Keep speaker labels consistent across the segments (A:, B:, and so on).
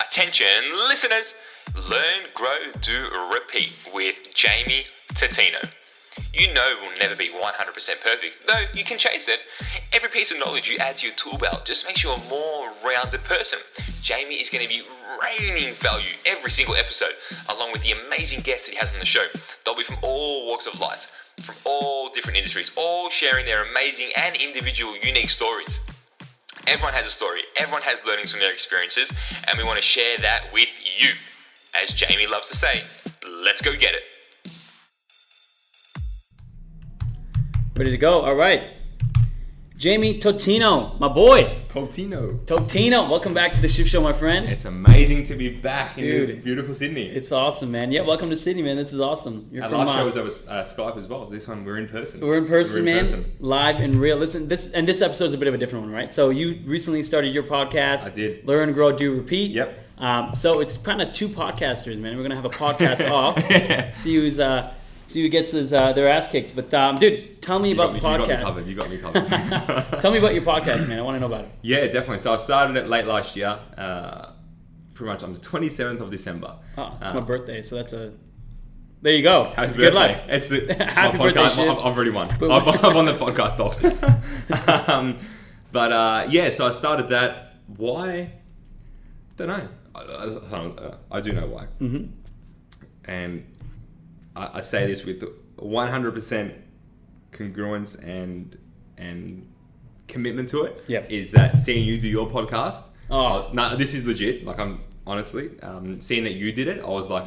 A: Attention, listeners! Learn, grow, do, repeat with Jamie Tatino. You know will never be 100% perfect, though you can chase it. Every piece of knowledge you add to your tool belt just makes you a more rounded person. Jamie is going to be raining value every single episode, along with the amazing guests that he has on the show. They'll be from all walks of life, from all different industries, all sharing their amazing and individual unique stories. Everyone has a story, everyone has learnings from their experiences, and we want to share that with you. As Jamie loves to say, let's go get it.
B: Ready to go. All right. Jamie Totino, my boy.
C: Cotino.
B: Totino, welcome back to the Ship Show, my friend.
C: It's amazing to be back
B: Dude.
C: in beautiful Sydney.
B: It's awesome, man. Yeah, welcome to Sydney, man. This is awesome. You're
C: Our
B: from
C: last
B: uh,
C: show was over uh, Skype as well. This one we're in person.
B: we're in person, man.
C: person.
B: Live and real. Listen, this and this episode's a bit of a different one, right? So you recently started your podcast.
C: I did.
B: Learn, grow, do, repeat.
C: Yep.
B: Um, so it's kind of two podcasters, man. We're gonna have a podcast off. See who's uh, see who gets his uh, their ass kicked. But um, dude, tell me
C: You
B: about
C: got, me, you
B: the
C: got me
B: podcast.
C: covered. You got me covered.
B: tell me about your podcast, man. I want to know about it.
C: Yeah, definitely. So I started it late last year. Uh, pretty much on the 27th of December.
B: Oh, it's
C: Uh,
B: my birthday, so that's a. There you go.
C: Happy
B: It's good
C: birthday.
B: luck.
C: It's the,
B: Happy
C: my
B: birthday,
C: podcast.
B: Shiv.
C: I've, I've already won. I've,
B: But-
C: I've won the podcast off. um, but uh, yeah, so I started that. Why? Don't know. I, I, I do know why.
B: Mhm.
C: And I, I say this with 100% congruence and and commitment to it.
B: Yep.
C: Is that seeing you do your podcast?
B: Oh.
C: no, this is legit. Like I'm honestly um, seeing that you did it. I was like,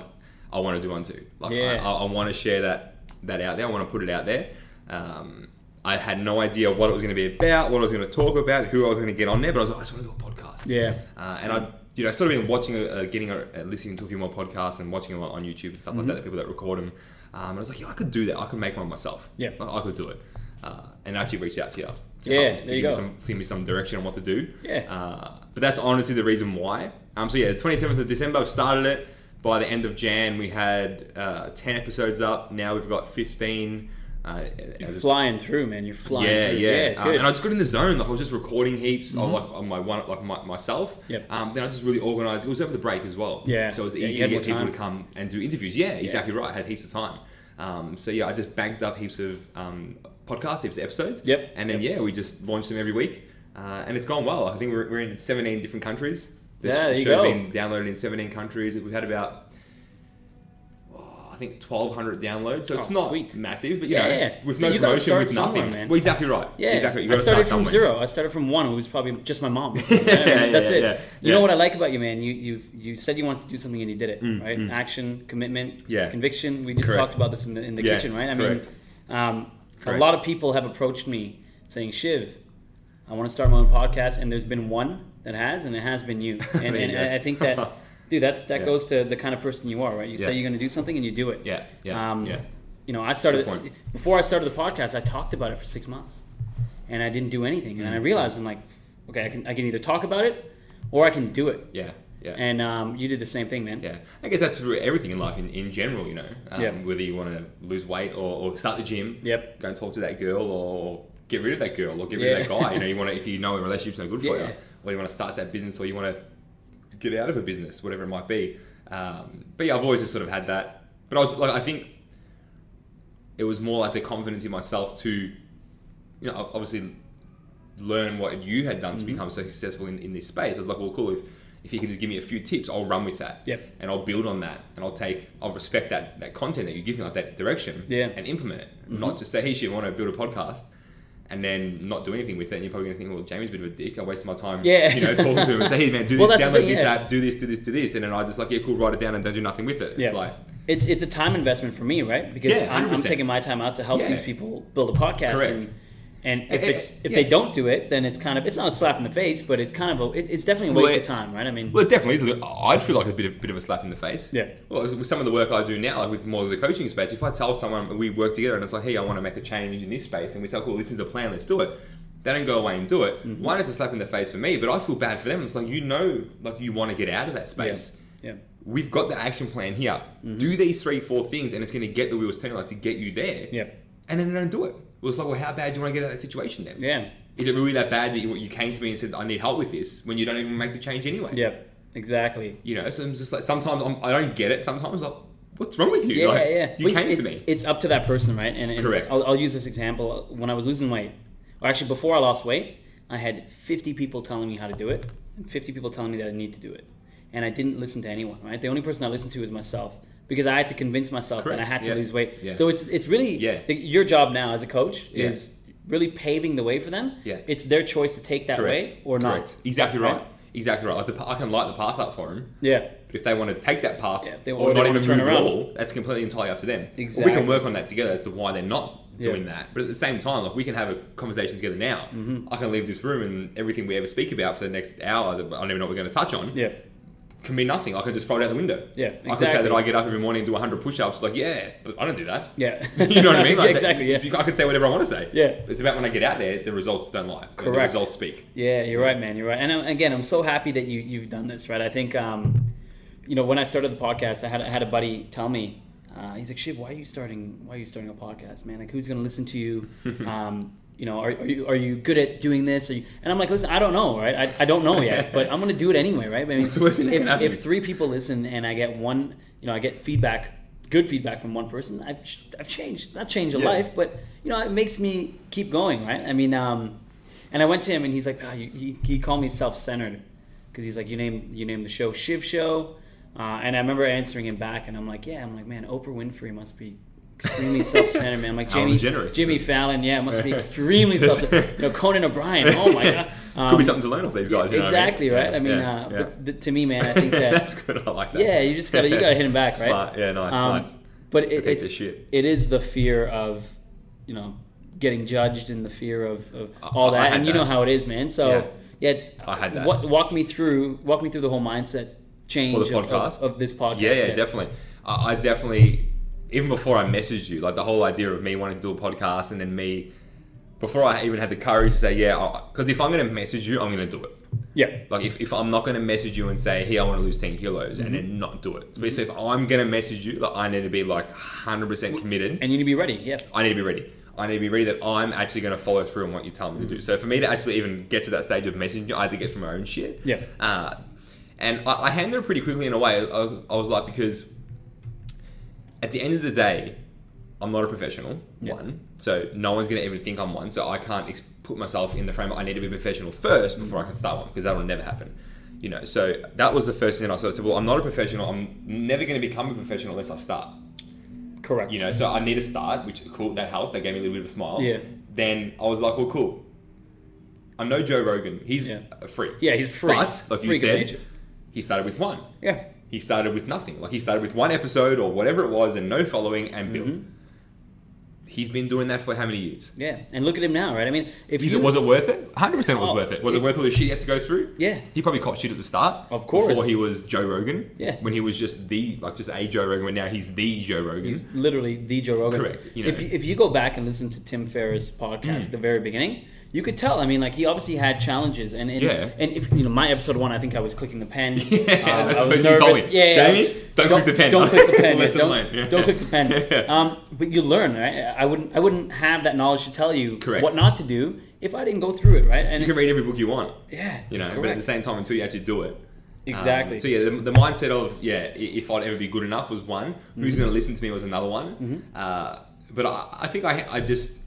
C: I want to do one too. Like
B: Yeah.
C: I, I, I want to share that that out there. I want to put it out there. Um, I had no idea what it was going to be about, what I was going to talk about, who I was going to get on there, but I was like, I just want to do a podcast.
B: Yeah.
C: Uh, and I, you know, sort of been watching, uh, getting, uh, listening to a few more podcasts and watching them on YouTube and stuff like that.
B: Mm-hmm.
C: The people that record them, um, and I was like, yeah, I could do that. I could make one myself.
B: Yeah.
C: I, I could do it. Uh, and I actually reached out to you. To
B: Yeah,
C: help- to
B: there you
C: give
B: go.
C: Me some, to give me some direction on what to do.
B: Yeah.
C: Uh, but that's honestly the reason why. Um, so yeah, the 27th of December, I've started it. By the end of Jan, we had uh, 10 episodes up. Now we've got 15. Uh,
B: You're
C: as it's-
B: flying through, man. You're flying
C: yeah,
B: through.
C: yeah. Um,
B: good. Mm-hmm.
C: and I just got in the zone. Like I was just recording heaps of like on my one like my, myself.
B: Yep.
C: Um, then I just really organised. It was over the break as well.
B: Yeah.
C: So it was
B: Yeah, you
C: easy
B: had
C: to get
B: more
C: people
B: time.
C: to come and do interviews. Yeah, exactly right. I had heaps of time. Um, so yeah, I just banked up heaps of um, podcasts, heaps of episodes.
B: Yep.
C: And then yeah, we just launched them every week, uh, and it's gone well. I think we're, we're in 17 different countries. The
B: Yeah,
C: sh-
B: there you
C: show's
B: go.
C: been downloaded in 17 countries. We've had about. oh, I think 1,200 downloads, so it's
B: Oh,
C: not
B: sweet.
C: massive, but you
B: Yeah,
C: know,
B: yeah.
C: with
B: But
C: no
B: you gotta
C: promotion,
B: start
C: with
B: somewhere,
C: nothing.
B: man.
C: Well, exactly right.
B: yeah,
C: exactly. You
B: I
C: gotta
B: started
C: start
B: from
C: somewhere.
B: zero. I started from one, who was probably just my mom. That's
C: Yeah, yeah,
B: it.
C: yeah,
B: You
C: yeah. Mm,
B: know what I like about you, man? You you you said you wanted to do something and you did it, right? Action, commitment,
C: Yeah.
B: conviction. We just
C: Correct.
B: talked about this in the, in the
C: Yeah,
B: kitchen, right? I
C: correct.
B: mean, um, a
C: Correct.
B: lot of people have approached me saying, "Shiv, I want to start my own podcast," and there's been one that has, and it has been you. And,
C: There you
B: and
C: go.
B: I I think that. Dude, that's, that
C: Yeah.
B: goes to the kind of person you are, right? You say
C: Yeah.
B: you're going to do something and you do it.
C: Yeah, yeah,
B: Um,
C: yeah.
B: You know, I started
C: Good point.
B: before I started the podcast. I talked about it for six months, and I didn't do anything. And then I
C: Mm.
B: realized I'm like, okay, I can I can either talk about it, or I can do it.
C: Yeah, yeah.
B: And um, you did the same thing, man.
C: yeah, I guess that's for everything in life in, in general, you know. Um,
B: Yeah.
C: Whether you want to lose weight or, or start the gym,
B: Yep.
C: go and talk to that girl or get rid of that girl or get rid
B: Yeah.
C: of that guy. You know, you want to, if you know a relationship's no good for
B: Yeah.
C: you, or you want to start that business or you want to get out of a business, whatever it might be. Um, but yeah, I've always just sort of had that. But I was like, I think it was more like the confidence in myself to, you know, ob- obviously learn what you had done to
B: Mm-hmm.
C: become so successful in, in this space. I was like, well, cool. If if you can just give me a few tips, I'll run with that,
B: Yep.
C: and I'll build on that, and I'll take, I'll respect that that content that you give me, like that direction,
B: Yeah. Mm-hmm.
C: and implement it. Not just say, hey, shit, I want to build a podcast, and then not do anything with it. And you're probably gonna think, well, Jamie's a bit of a dick. I wasted my time,
B: Yeah.
C: you know, talking to him and say, hey, man, do
B: Well,
C: this,
B: that's
C: download
B: the thing,
C: this
B: yeah.
C: app, do this, do this, do this, and then I just like, yeah, cool, write it down and don't do nothing with it. It's
B: Yeah.
C: like,
B: It's it's a time investment for me, right? Because
C: Yeah,
B: I'm, I'm
C: 100%.
B: taking my time out to help
C: Yeah.
B: these people build a podcast.
C: Correct.
B: And, and if
C: Eh, eh,
B: it's if
C: yeah.
B: they don't do it, then it's kind of it's not a slap in the face, but it's kind of a it, it's definitely a waste
C: Well,
B: of
C: it-
B: time, right? I mean,
C: Well, it definitely is. a little- I'd feel like a bit of, bit of a slap in the face.
B: Yeah.
C: Well, with some of the work I do now, like with more of the coaching space, if I tell someone we work together and it's like, hey, I want to make a change in this space, and we say, cool, this is the plan, let's do it. They don't go away and do it.
B: Mm-hmm.
C: One, it's a slap in the face for me, but I feel bad for them. It's like you know, like you want to get out of that
B: yeah, Mm-hmm.
C: space.
B: yeah,
C: We've got the action plan here. Do these three, four things, and it's going to get the wheels turning, like to get you there.
B: yeah,
C: And then they don't do it. Well, it's like, well, how bad do you want to get out of that situation then?
B: yeah,
C: Is it really that bad that you, you came to me and said, I need help with this, when you don't even make the change anyway?
B: yeah. Exactly.
C: You know, so I'm just like sometimes I'm, I don't get it. Sometimes like, what's wrong with you?
B: Yeah,
C: Like,
B: yeah.
C: You
B: Well,
C: came
B: it-
C: to me.
B: It's up to that person, right? And, and
C: Correct.
B: I'll, I'll use this example. When I was losing weight, or actually before I lost weight, I had 50 people telling me how to do it, and 50 people telling me that I need to do it, and I didn't listen to anyone. Right? The only person I listened to was myself because I had to convince myself that I
C: Correct.
B: had to
C: Yeah.
B: lose weight.
C: Yeah.
B: So it's it's really
C: Yeah.
B: the- your job now as a coach
C: Yeah.
B: is really paving the way for them.
C: Yeah.
B: It's their choice to take that way or not.
C: Exactly right.
B: Right?
C: Exactly right. Like the, pa- I can light the path up for them.
B: Yeah.
C: But if they want to take that path
B: Yeah, if they-
C: or
B: or they
C: not
B: wanna
C: even
B: turn
C: move at
B: around.
C: all, that's completely entirely up to them. Or We
B: Exactly.
C: can work on that together as to why they're not doing
B: Yeah.
C: that. But at the same time, like we can have a conversation together now.
B: Mm-hmm.
C: I can leave this room and everything we ever speak about for the next hour that I don't even know what we're going to touch on
B: Yeah.
C: can be nothing. I can just throw it out the window.
B: Yeah,
C: I could say that
B: exactly.
C: I get up every morning and do 100 push-ups. Like, yeah, but I don't do that.
B: Yeah.
C: you know what I mean? Like,
B: yeah, exactly. Yeah.
C: that- I could say whatever I want to say.
B: Yeah.
C: It's about when I get out there, the results don't lie. The
B: Correct.
C: results speak.
B: Yeah, you're right, man. You're right. And I'm, again, I'm so happy that you you've done this, right? I think, um, you know, when I started the podcast, I had I had a buddy tell me, uh, he's like, "Shiv, why are you starting? Why are you starting a podcast, man? Like, who's going to listen to you? Um, you know, are, are you are you good at doing this? Are you? And I'm like, listen, I don't know, right? I, I don't know yet, but I'm going to do it anyway, right? I mean,
C: What's the worst that can
B: if,
C: happen?
B: if three people listen and I get one, you know, I get feedback, good feedback from one person, I've ch- I've changed, not changed a
C: Yeah.
B: life, but you know, it makes me keep going, right? I mean, um, and I went to him, and he's like, oh, you, he, he called me self-centered because he's like, you name you name the show Shiv Show, uh, and I remember answering him back, and I'm like, yeah, I'm like, man, Oprah Winfrey must be extremely self-centered, man. I'm like
C: How
B: Jimmy
C: generous.
B: Jimmy Fallon, yeah, must be extremely self-centered. You know, Conan O'Brien, oh my god,
C: Could
B: Um,
C: be something to learn off these guys. you know what
B: exactly right. I mean, uh,
C: Yeah, yeah.
B: But th- to me, man, I think that
C: that's good. I like that.
B: yeah, you just gotta you gotta hit him back, right?
C: Smart. Yeah, nice,
B: Um,
C: nice.
B: But
C: Protect
B: it, it's
C: the shit.
B: it is the fear of you know getting judged and the fear of, of
C: I-
B: all
C: I
B: that,
C: had
B: and you know
C: that.
B: how it is, man. So yeah,
C: I had that.
B: What, walk me through walk me through the whole mindset change
C: For the
B: of-
C: podcast?
B: Of, of this podcast.
C: Yeah, yeah, definitely. I, I definitely, even before I messaged you, like the whole idea of me wanting to do a podcast and then me, before I even had the courage to say, yeah, because if I'm going to message you, I'm going to do it.
B: Yeah,
C: Like if, if I'm not going to message you and say, hey, I want to lose 10 kilos and then not do it. So if I'm going to message you, like I need to be like 100% committed.
B: and you need to be ready. Yeah,
C: I need to be ready. I need to be ready that I'm actually going to follow through on what you tell me
B: Mm-hmm.
C: to do. So for me to actually even get to that stage of messaging, you, I had to get from my own shit.
B: Yeah.
C: Uh, and I, I handled it pretty quickly in a way. I, I was like, because at the end of the day, I'm not a professional.
B: Yeah.
C: One, so no one's going to even think I'm one. So I can't ex- put myself in the frame. of, I need to be a professional first before I can start one because that will never happen. You know, so that was the first thing I saw. I said, well, I'm not a professional. I'm never going to become a professional unless I start
B: correct.
C: you know, so I need to start, which cool, that helped. That gave me a little bit of a smile.
B: Yeah.
C: Then I was like, well, cool. I'm no Joe Rogan. He's
B: Yeah.
C: a freak.
B: yeah, he's free.
C: But like you
B: Freak of
C: said,
B: nature.
C: he started with one.
B: yeah,
C: He started with nothing. Like he started with one episode or whatever it was, and no following, and built.
B: Mm-hmm.
C: He's been doing that for how many years?
B: yeah, and look at him now, right? I mean, if
C: Is
B: you
C: it, was it worth it? 100 percent was
B: Oh,
C: worth it. Was it
B: it-
C: worth all the shit he had to go through?
B: Yeah.
C: He probably caught shit at the start.
B: Of course.
C: Before he was Joe Rogan.
B: Yeah.
C: When he was just the like just a Joe Rogan, but now he's the Joe Rogan.
B: He's literally the Joe Rogan.
C: Correct, you know. Mm.
B: If, you, if you go back and listen to Tim Ferriss' podcast at the very beginning, you could tell. I mean, like he obviously had challenges, and and,
C: Yeah.
B: and if you know my episode one, I think I was clicking the pen.
C: Yeah,
B: Um,
C: that's
B: I
C: the
B: was
C: first thing you told me.
B: nervous. Yeah, yeah, I was-
C: Jamie, don't, click the pen.
B: Don't click the pen. yeah,
C: Lesson
B: don't,
C: learned. Yeah.
B: don't click the pen.
C: Yeah.
B: Um, but you learn, right? I wouldn't. I wouldn't have that knowledge to tell you
C: Correct.
B: what not to do if I didn't go through it, right? And
C: you can read every book you want,
B: yeah,
C: you know, but at
B: correct.
C: the same time, until you actually do it. Um,
B: exactly.
C: so yeah, the, the mindset of yeah, i- if I'd ever be good enough was one. Who's
B: Mm-hmm.
C: going to listen to me was another one. Uh, but I, I think I, I just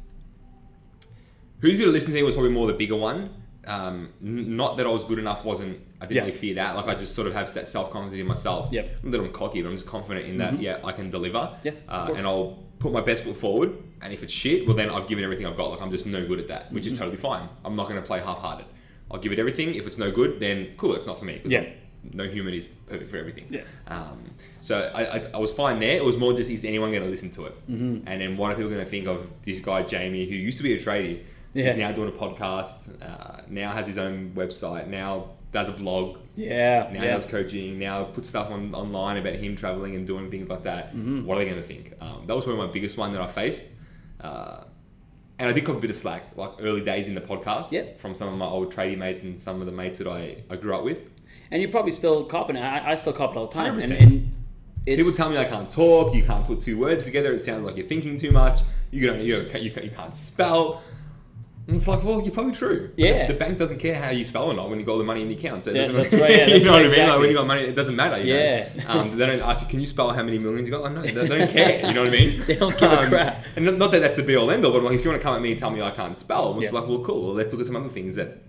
C: who's going to listen to me was probably more the bigger one. Um, n- not that I was good enough wasn't. I didn't
B: Yeah.
C: really fear that. Like I just sort of have that self confidence in myself.
B: Yep. Mm-hmm.
C: Not that I'm cocky, but I'm just confident in that. Yeah, I can deliver.
B: Yeah, of
C: Uh,
B: course.
C: and I'll put my best foot forward. And if it's shit, well then I've given everything I've got. Like I'm just no good at that, which
B: Mm-hmm.
C: is totally fine. I'm not going to play half hearted. I'll give it everything. If it's no good, then cool, it's not for me. 'cause
B: Yeah.
C: No human is perfect for everything.
B: Yeah.
C: Um, so I, I, I was fine there. It was more just is anyone going to listen to it? Mm-hmm. And then what are people going to think of this guy Jamie, who used to be a tradie,
B: Yeah.
C: is now doing a podcast, uh, now has his own website, now does a blog,
B: yeah,
C: now
B: yeah.
C: does coaching, now puts stuff on online about him traveling and doing things like that.
B: Mm-hmm.
C: What are they going to think? Um, that was probably my biggest one that I faced. Uh, and I did cop a bit of slack, like early days in the podcast,
B: Yep.
C: from some of my old tradie mates and some of the mates that I, I grew up with.
B: and you're probably still copping it. I, I still cop it all the time. And,
C: 100%.
B: and it's,
C: People tell me I can't talk, you can't put two words together, it sounds like you're thinking too much, you, don't, you, don't, you, can't, you can't spell. And it's like, well, you're probably true.
B: Yeah.
C: The bank doesn't care how you spell or not when you got all the money in the account. So it
B: Yeah,
C: doesn't
B: that's right, yeah,
C: you
B: that's
C: know
B: right,
C: what I mean? Like
B: exactly.
C: when you got money, it doesn't matter. You
B: Yeah.
C: Know? Um, they don't ask you, can you spell how many millions you got? Like, no, they don't care. You know what I mean? Um,
B: They don't give a crap.
C: And not- not that that's the be all end all, but like, if you want to come at me and tell me I can't spell, it's
B: Yeah.
C: like, well, cool. Well, let's look at some other things that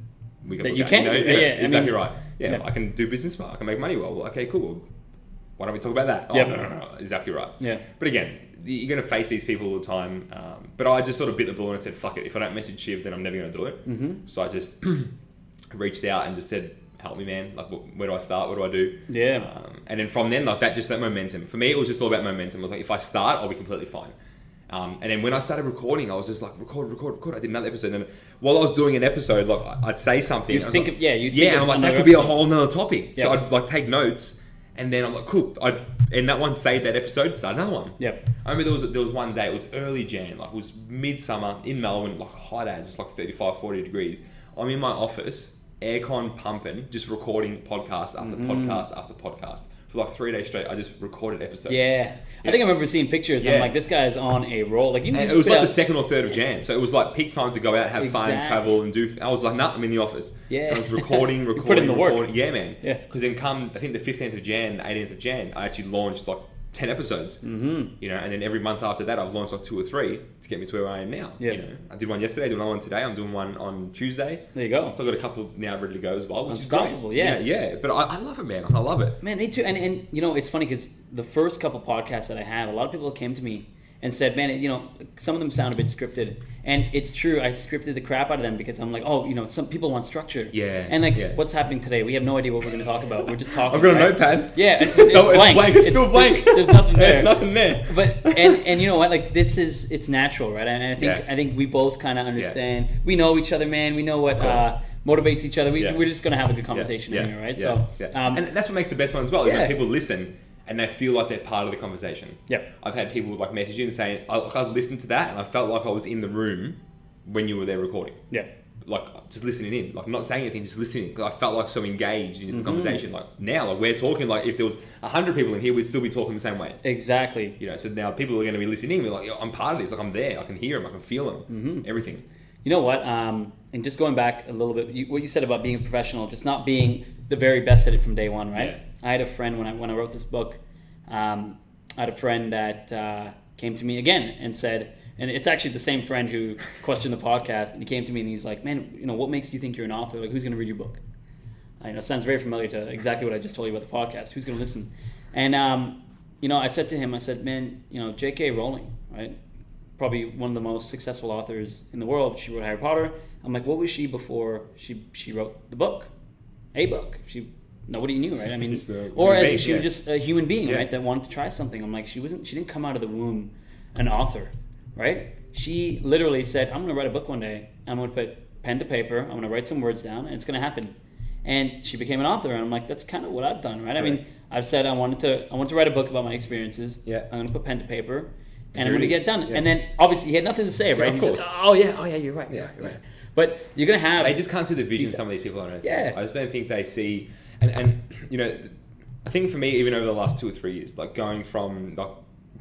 C: we can
B: That
C: look
B: you
C: at,
B: can
C: know?
B: do, yeah, yeah, I
C: exactly
B: mean-
C: right. Yeah,
B: Yeah.
C: I can do business well. I can make money well. well okay, cool. Well, why don't we talk about that? Oh,
B: Yep.
C: no, no, no, no, exactly right.
B: Yeah.
C: But again, you're going to face these people all the time. Um, but I just sort of bit the bullet and said, fuck it. If I don't message Shiv, then I'm never going to do it. Mm-hmm. So I just reached out and just said, help me, man. Like, wh- where do I start? What do I do?
B: Yeah.
C: Um, and then from then, like that, just that momentum. For me, it was just all about momentum. I was like, if I start, I'll be completely fine. Um, and then when I started recording, I was just like, record, record, record. I did another episode. And while I was doing an episode, like I- I'd say something.
B: You
C: I was
B: think
C: like,
B: of- yeah, you
C: yeah.
B: think
C: and I'm
B: of
C: like, that
B: another
C: could be a
B: episode.
C: whole nother topic.
B: Yeah.
C: So I'd like take notes, and then I'm like, cool. I and that one saved that episode, start another one.
B: Yep.
C: I remember there was there was one day. It was early Jan, like it was midsummer in Melbourne, like hot as it's like 35, 40 degrees. I'm in my office, aircon pumping, just recording podcast after
B: Mm-hmm.
C: podcast after podcast for like three days straight. I just recorded episodes.
B: Yeah. I think I remember seeing pictures.
C: Yeah.
B: I'm like, this guy's on a roll. Like, you know,
C: And it was like the second or third of Jan, so it was like peak time to go out, have fun,
B: Exactly.
C: travel, and do. I was like, nah, I'm in the office.
B: Yeah.
C: And I was recording,
B: You put
C: recording,
B: in the work.
C: recording. Yeah, man.
B: Yeah.
C: Because then come, I think the 15th of Jan, 18th of Jan, I actually launched like 10 episodes. Mm-hmm. You know, and then every month after that, I've launched like two or three to get me to where I am now.
B: Yeah.
C: You know, I did one yesterday, I did another one today. I'm doing one on Tuesday.
B: There you go.
C: So I've got a couple now ready to go as well, which is great.
B: Unstoppable, yeah.
C: Yeah, yeah. But I, I love it, man. I love it.
B: Man, they too, and, and you know, it's funny because the first couple podcasts that I have, a lot of people came to me and said, "Man, you know, some of them sound a bit scripted," and it's true. I scripted the crap out of them because I'm like, "Oh, you know, some people want structure."
C: Yeah,
B: And like,
C: yeah.
B: what's happening today? We have no idea what we're going to talk about. We're just talking.
C: I've got a
B: right?
C: notepad.
B: Yeah, it's,
C: No, it's
B: blank.
C: blank. It's still blank.
B: There's nothing there.
C: There's nothing there.
B: But and and you know what? Like this is it's natural, right? And I think
C: Yeah.
B: I think we both kind of understand. We know each other, man. We know what
C: course.
B: uh, motivates each other. We,
C: Yeah.
B: We're just gonna have a good conversation
C: yeah,
B: anyway, right?
C: yeah,
B: so
C: yeah.
B: Um,
C: and that's what makes the best one as well. Is
B: Yeah.
C: when people listen and they feel like they're part of the conversation.
B: Yep.
C: I've had people like message in saying, I, I listened to that and I felt like I was in the room when you were there recording.
B: yeah.
C: Like just listening in, like not saying anything, just listening. 'Cause I felt like so engaged in the
B: Mm-hmm.
C: conversation. Like now, like we're talking. Like if there was hundred people in here, we'd still be talking the same way.
B: Exactly.
C: You know. So now people are going to be listening. We're like, Yo, I'm part of this. Like I'm there. I can hear them. I can feel them.
B: Mm-hmm.
C: Everything.
B: You know what? Um, and just going back a little bit, you, what you said about being a professional, just not being the very best at it from day one, right?
C: Yeah.
B: I had a friend when I when I wrote this book. Um, I had a friend that uh, came to me again and said, and it's actually the same friend who questioned the podcast. And he came to me and he's like, "Man, you know, what makes you think you're an author? Like, who's going to read your book?" I know it sounds very familiar to exactly what I just told you about the podcast. Who's going to listen? And um, you know, I said to him, I said, man, you know, J.K. Rowling, right? Probably one of the most successful authors in the world. She wrote Harry Potter. I'm like, what was she before she she wrote the book, a book? She nobody knew, right? I mean,
C: Just a
B: or
C: human
B: as
C: being,
B: she was
C: yeah.
B: just a human being,
C: Yeah.
B: right? That wanted to try something. I'm like, she wasn't. She didn't come out of the womb an author, right? She literally said, I'm going to write a book one day. I'm going to put pen to paper. I'm going to write some words down, and it's going to happen. And she became an author, and I'm like, that's kind of what I've done, right? I mean,
C: Correct.
B: I've said I wanted to, I wanted to write a book about my experiences.
C: Yeah.
B: I'm going to put pen to paper,
C: here
B: and I'm
C: it
B: going to get
C: is.
B: it done.
C: Yeah.
B: And then obviously he had nothing to say, right?
C: of
B: He's like,
C: course.
B: oh yeah, oh yeah, you're right. Yeah,
C: Yeah,
B: right, you're
C: yeah.
B: right. But you're going to have.
C: They just can't see the vision.
B: Exactly.
C: Some of these people, I don't. Think.
B: Yeah.
C: I just don't think they see, and and you know, th- I think for me, even over the last two or three years, like going from like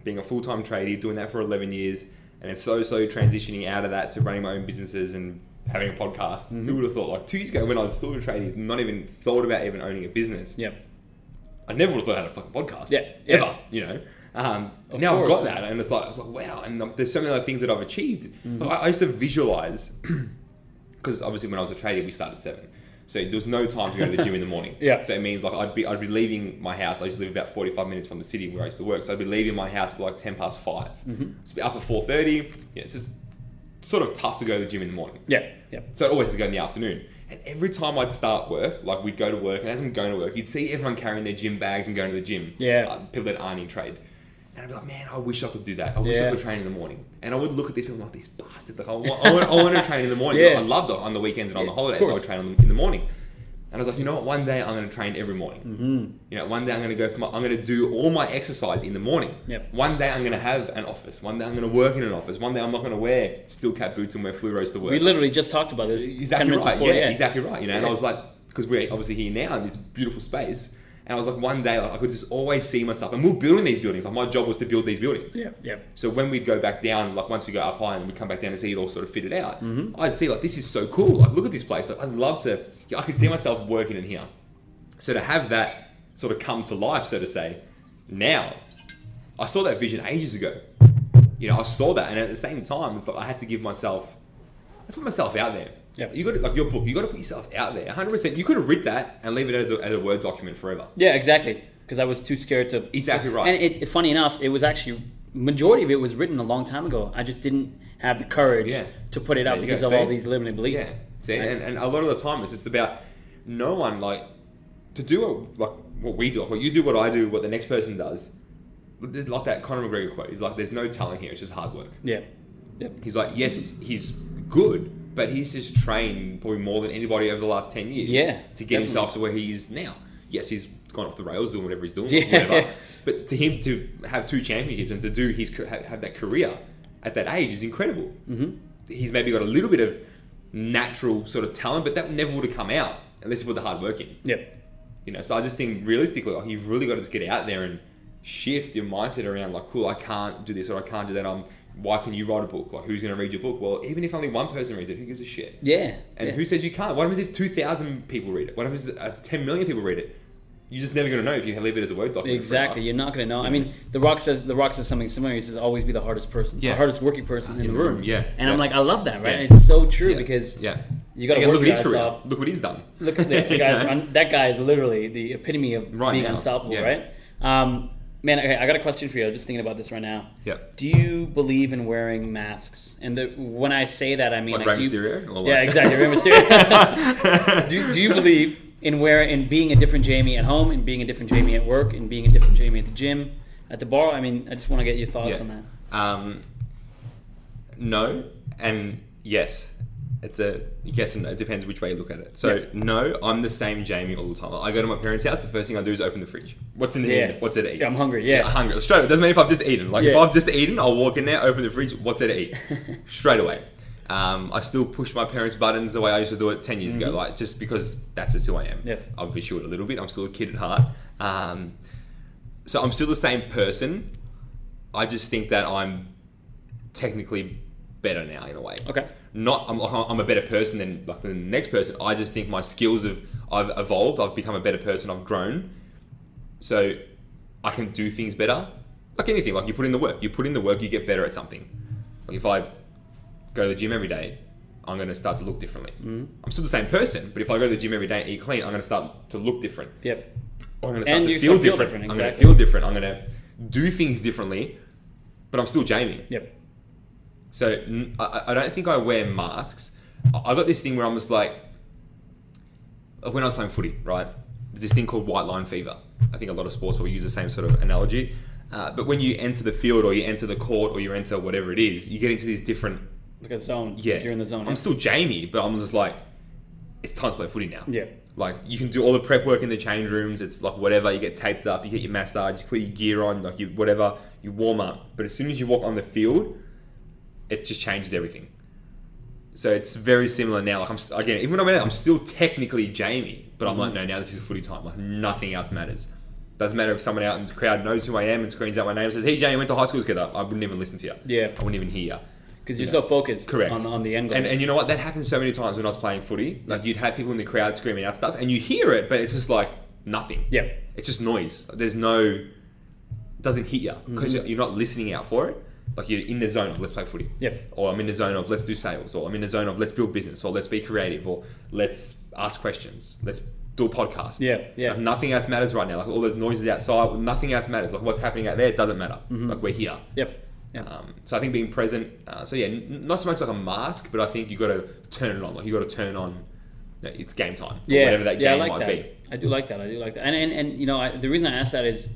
C: being a full time tradie, doing that for eleven years, and then so so transitioning out of that to running my own businesses and having a podcast.
B: Mm-hmm.
C: Who would have thought? Like two years ago, when I was still a tradie, not even thought about even owning a business.
B: yeah.
C: I never would have thought I had a fucking podcast.
B: Yeah, yeah.
C: Ever. You know. Um,
B: Of
C: now
B: course.
C: I've got that, and it's like I was like, wow. And um, there's so many other things that I've achieved.
B: Mm-hmm.
C: Like, I, I used to visualize because obviously when I was a trader, we started at seven. So there was no time to go to the gym in the morning.
B: Yeah.
C: So it means like I'd be I'd be leaving my house. I used to live about forty five minutes from the city where I used to work. So I'd be leaving my house at like ten past 5
B: Mm-hmm.
C: So be up at four thirty. Yeah. So it's sort of tough to go to the gym in the morning.
B: Yeah. Yeah.
C: So I'd always have to go in the afternoon. And every time I'd start work, like we'd go to work, and as I'm going to work, you'd see everyone carrying their gym bags and going to the gym.
B: Yeah.
C: Uh, people that aren't in trade. And I'd be like, man, I wish I could do that. I wish
B: Yeah.
C: I could train in the morning. And I would look at these people like, these bastards. Like, I want, I want, I want to train in the morning.
B: Yeah.
C: I love it on the weekends and on
B: Yeah,
C: the holidays.
B: of
C: I would
B: course.
C: train on the, in the morning. And I was like, you know what? One day I'm going to train every morning.
B: Mm-hmm.
C: You know, one day I'm going to go for my, I'm going to do all my exercise in the morning.
B: Yep.
C: One day I'm going to have an office. One day I'm going to work in an office. One day I'm not going to wear steel cap boots and wear fluoros to work
B: We literally just talked about this. 10
C: exactly
B: minutes
C: right.
B: before,
C: yeah, exactly right. You know, and I
B: Yeah.
C: was like, because we're obviously here now in this beautiful space, And I was like, one day, like, I could just always see myself. And we we're building these buildings. Like, my job was to build these buildings.
B: Yeah, yeah.
C: So when we'd go back down, like once we go up high and we come back down and see it all sort of fitted out, I'd see like this is so cool. Like look at this place. Like, I'd love to. yeah, I could see myself working in here. So to have that sort of come to life, so to say, now, I saw that vision ages ago. You know, I saw that, and at the same time, it's like I had to give myself, I put myself out there.
B: Yeah.
C: You got to, like your book. You got to put yourself out there. 100. percent You could have read that and leave it as a, as a word document forever.
B: Yeah, exactly. Because I was too scared to.
C: Exactly right.
B: And it, funny enough, it was actually majority of it was written a long time ago. I just didn't have the courage
C: Yeah.
B: to put it
C: There
B: out
C: you
B: because
C: go.
B: of
C: See?
B: all these limiting beliefs.
C: Yeah. See,
B: Right?
C: and, and a lot of the time it's just about no one like to do what like what we do, like what you do, what I do, what the next person does. There's Like that Conor McGregor quote. He's like, "There's no talent here. It's just hard work."
B: yeah, Yep.
C: He's like, "Yes, he's good, but he's just trained probably more than anybody over the last ten years.
B: Yeah,
C: to get himself to where he is now. Yes, he's gone off the rails doing whatever he's doing,
B: Yeah.
C: whatever. But to him to have two championships and to do his ca- have have that career at that age is incredible. Mm-hmm. He's maybe got a little bit of natural sort of talent, but that never would have come out unless he put the hard work in.
B: yep,
C: You know, so I just think realistically, like, you've really got to just get out there and shift your mindset around. Like, cool, I can't do this or I can't do that. Um, why can you write a book? Like, who's going to read your book? Well, even if only one person reads it, who gives a shit?
B: yeah.
C: And
B: yeah.
C: who says you can't? What happens if two thousand people read it? What happens if uh, ten million people read it? You're just never going to know if you leave it as a word document.
B: Exactly.
C: forever.
B: You're not gonna know. I mean, The Rock says The Rock says something similar. He says always be the hardest person,
C: Yeah.
B: the hardest working person in, the room.
C: yeah,
B: And I'm
C: yeah.
B: like, I love that, right?
C: Yeah.
B: And It's so true because
C: Yeah.
B: you got to
C: Again,
B: work
C: look at his
B: at
C: career.
B: yourself.
C: Look what he's done.
B: Look at that, the
C: You
B: guy's
C: know?
B: un- that guy is literally the epitome of
C: Right
B: being
C: now,
B: unstoppable,
C: yeah.
B: right? Um, man, okay, I got a question for you. I'm just thinking about this right now.
C: Yeah.
B: Do you believe in wearing masks? And the, when I say that, I mean
C: Like
B: like,
C: Rey
B: do you,
C: Mysterio. Or
B: yeah,
C: like-
B: exactly, Rey Mysterio. do, do you believe in wear in being a different Jamie at home, and being a different Jamie at work, and being a different Jamie at the gym, at the bar? I mean, I just want to get your thoughts on that.
C: Um, no, and yes. It's a yes and no. It depends which way you look at it. So
B: Yeah.
C: no, I'm the same Jamie all the time. I go to my parents' house. The first thing I do is open the fridge. What's in the
B: Yeah.
C: end? What's it to eat?
B: Yeah, I'm hungry. Yeah.
C: I'm hungry. Straight away. Doesn't matter if I've just eaten. Like if
B: Yeah.
C: I've just eaten, I'll walk in there, open the fridge. What's there to eat? Straight away. Um, I still push my parents' buttons the way I used to do it ten years ago. Like just because that's just who I am.
B: Mm-hmm. Yeah.
C: I'll be short a little bit. I'm still a kid at heart. Um, so I'm still the same person. I just think that I'm technically better now in a way.
B: Okay.
C: Not I'm, I'm a better person than like than the next person. I just think my skills have I've evolved. I've become a better person. I've grown. So I can do things better. Like anything, like you put in the work. You put in the work, you get better at something. Like if I go to the gym every day, I'm going to start to look differently.
B: Mm-hmm.
C: I'm still the same person, but if I go to the gym every day and eat clean, I'm going to start to look different.
B: Yep.
C: I'm going to
B: And
C: start
B: you
C: to feel
B: still feel
C: different.
B: different,
C: I'm going to
B: exactly.
C: feel different. I'm going to do things differently, but I'm still Jamie.
B: Yep.
C: So n- I, I- I don't think I wear masks. I I got this thing where I'm just like, like, when I was playing footy, right? There's this thing called white line fever. I think a lot of sports will use the same sort of analogy. Uh, but when you enter the field or you enter the court or you enter whatever it is, you get into these different.
B: Like a zone.
C: Yeah,
B: You're in the zone.
C: I'm still Jamie, but I'm just like, it's time to play footy now.
B: Yeah.
C: Like you can do all the prep work in the change rooms. It's like whatever. You get taped up. You get your massage. You put your gear on. Like you whatever. You warm up. But as soon as you walk on the field, it just changes everything. So it's very similar now. Like I'm st- again, even when I'm out, I'm still technically Jamie, but I'm like, no, now this is footy time. Like nothing else matters. Doesn't matter if someone out in the crowd knows who I am and screams out my name, and says, "Hey, Jamie, went to high school together." I wouldn't even listen to you.
B: Yeah.
C: I wouldn't even hear you.
B: Because you're
C: Yeah.
B: so focused
C: Correct.
B: on on the end goal.
C: And, and you know what? That happened so many times when I was playing footy. Like you'd have people in the crowd screaming out stuff, and you hear it, but it's just like nothing.
B: Yep.
C: It's just noise. There's no. it Doesn't hit you
B: Mm-hmm.
C: because you're not listening out for it. Like you're in the zone of let's play footy.
B: Yep.
C: Or I'm in the zone of let's do sales. Or I'm in the zone of let's build business. Or let's be creative. Or let's ask questions. Let's do a podcast.
B: Yeah, yeah.
C: Like, nothing else matters right now. Like all those noises outside, nothing else matters. Like what's happening out there doesn't matter.
B: Mm-hmm.
C: Like we're here.
B: Yep. Yep.
C: Um, so I think being present. Uh, so yeah, n- not so much like a mask, but I think you got to turn it on. Like you got to turn on. no, It's game time. or
B: yeah,
C: Whatever that
B: yeah,
C: game
B: I like
C: might
B: that.
C: be.
B: I do like that. I do like that. And and, and you know, I, the reason I asked that is,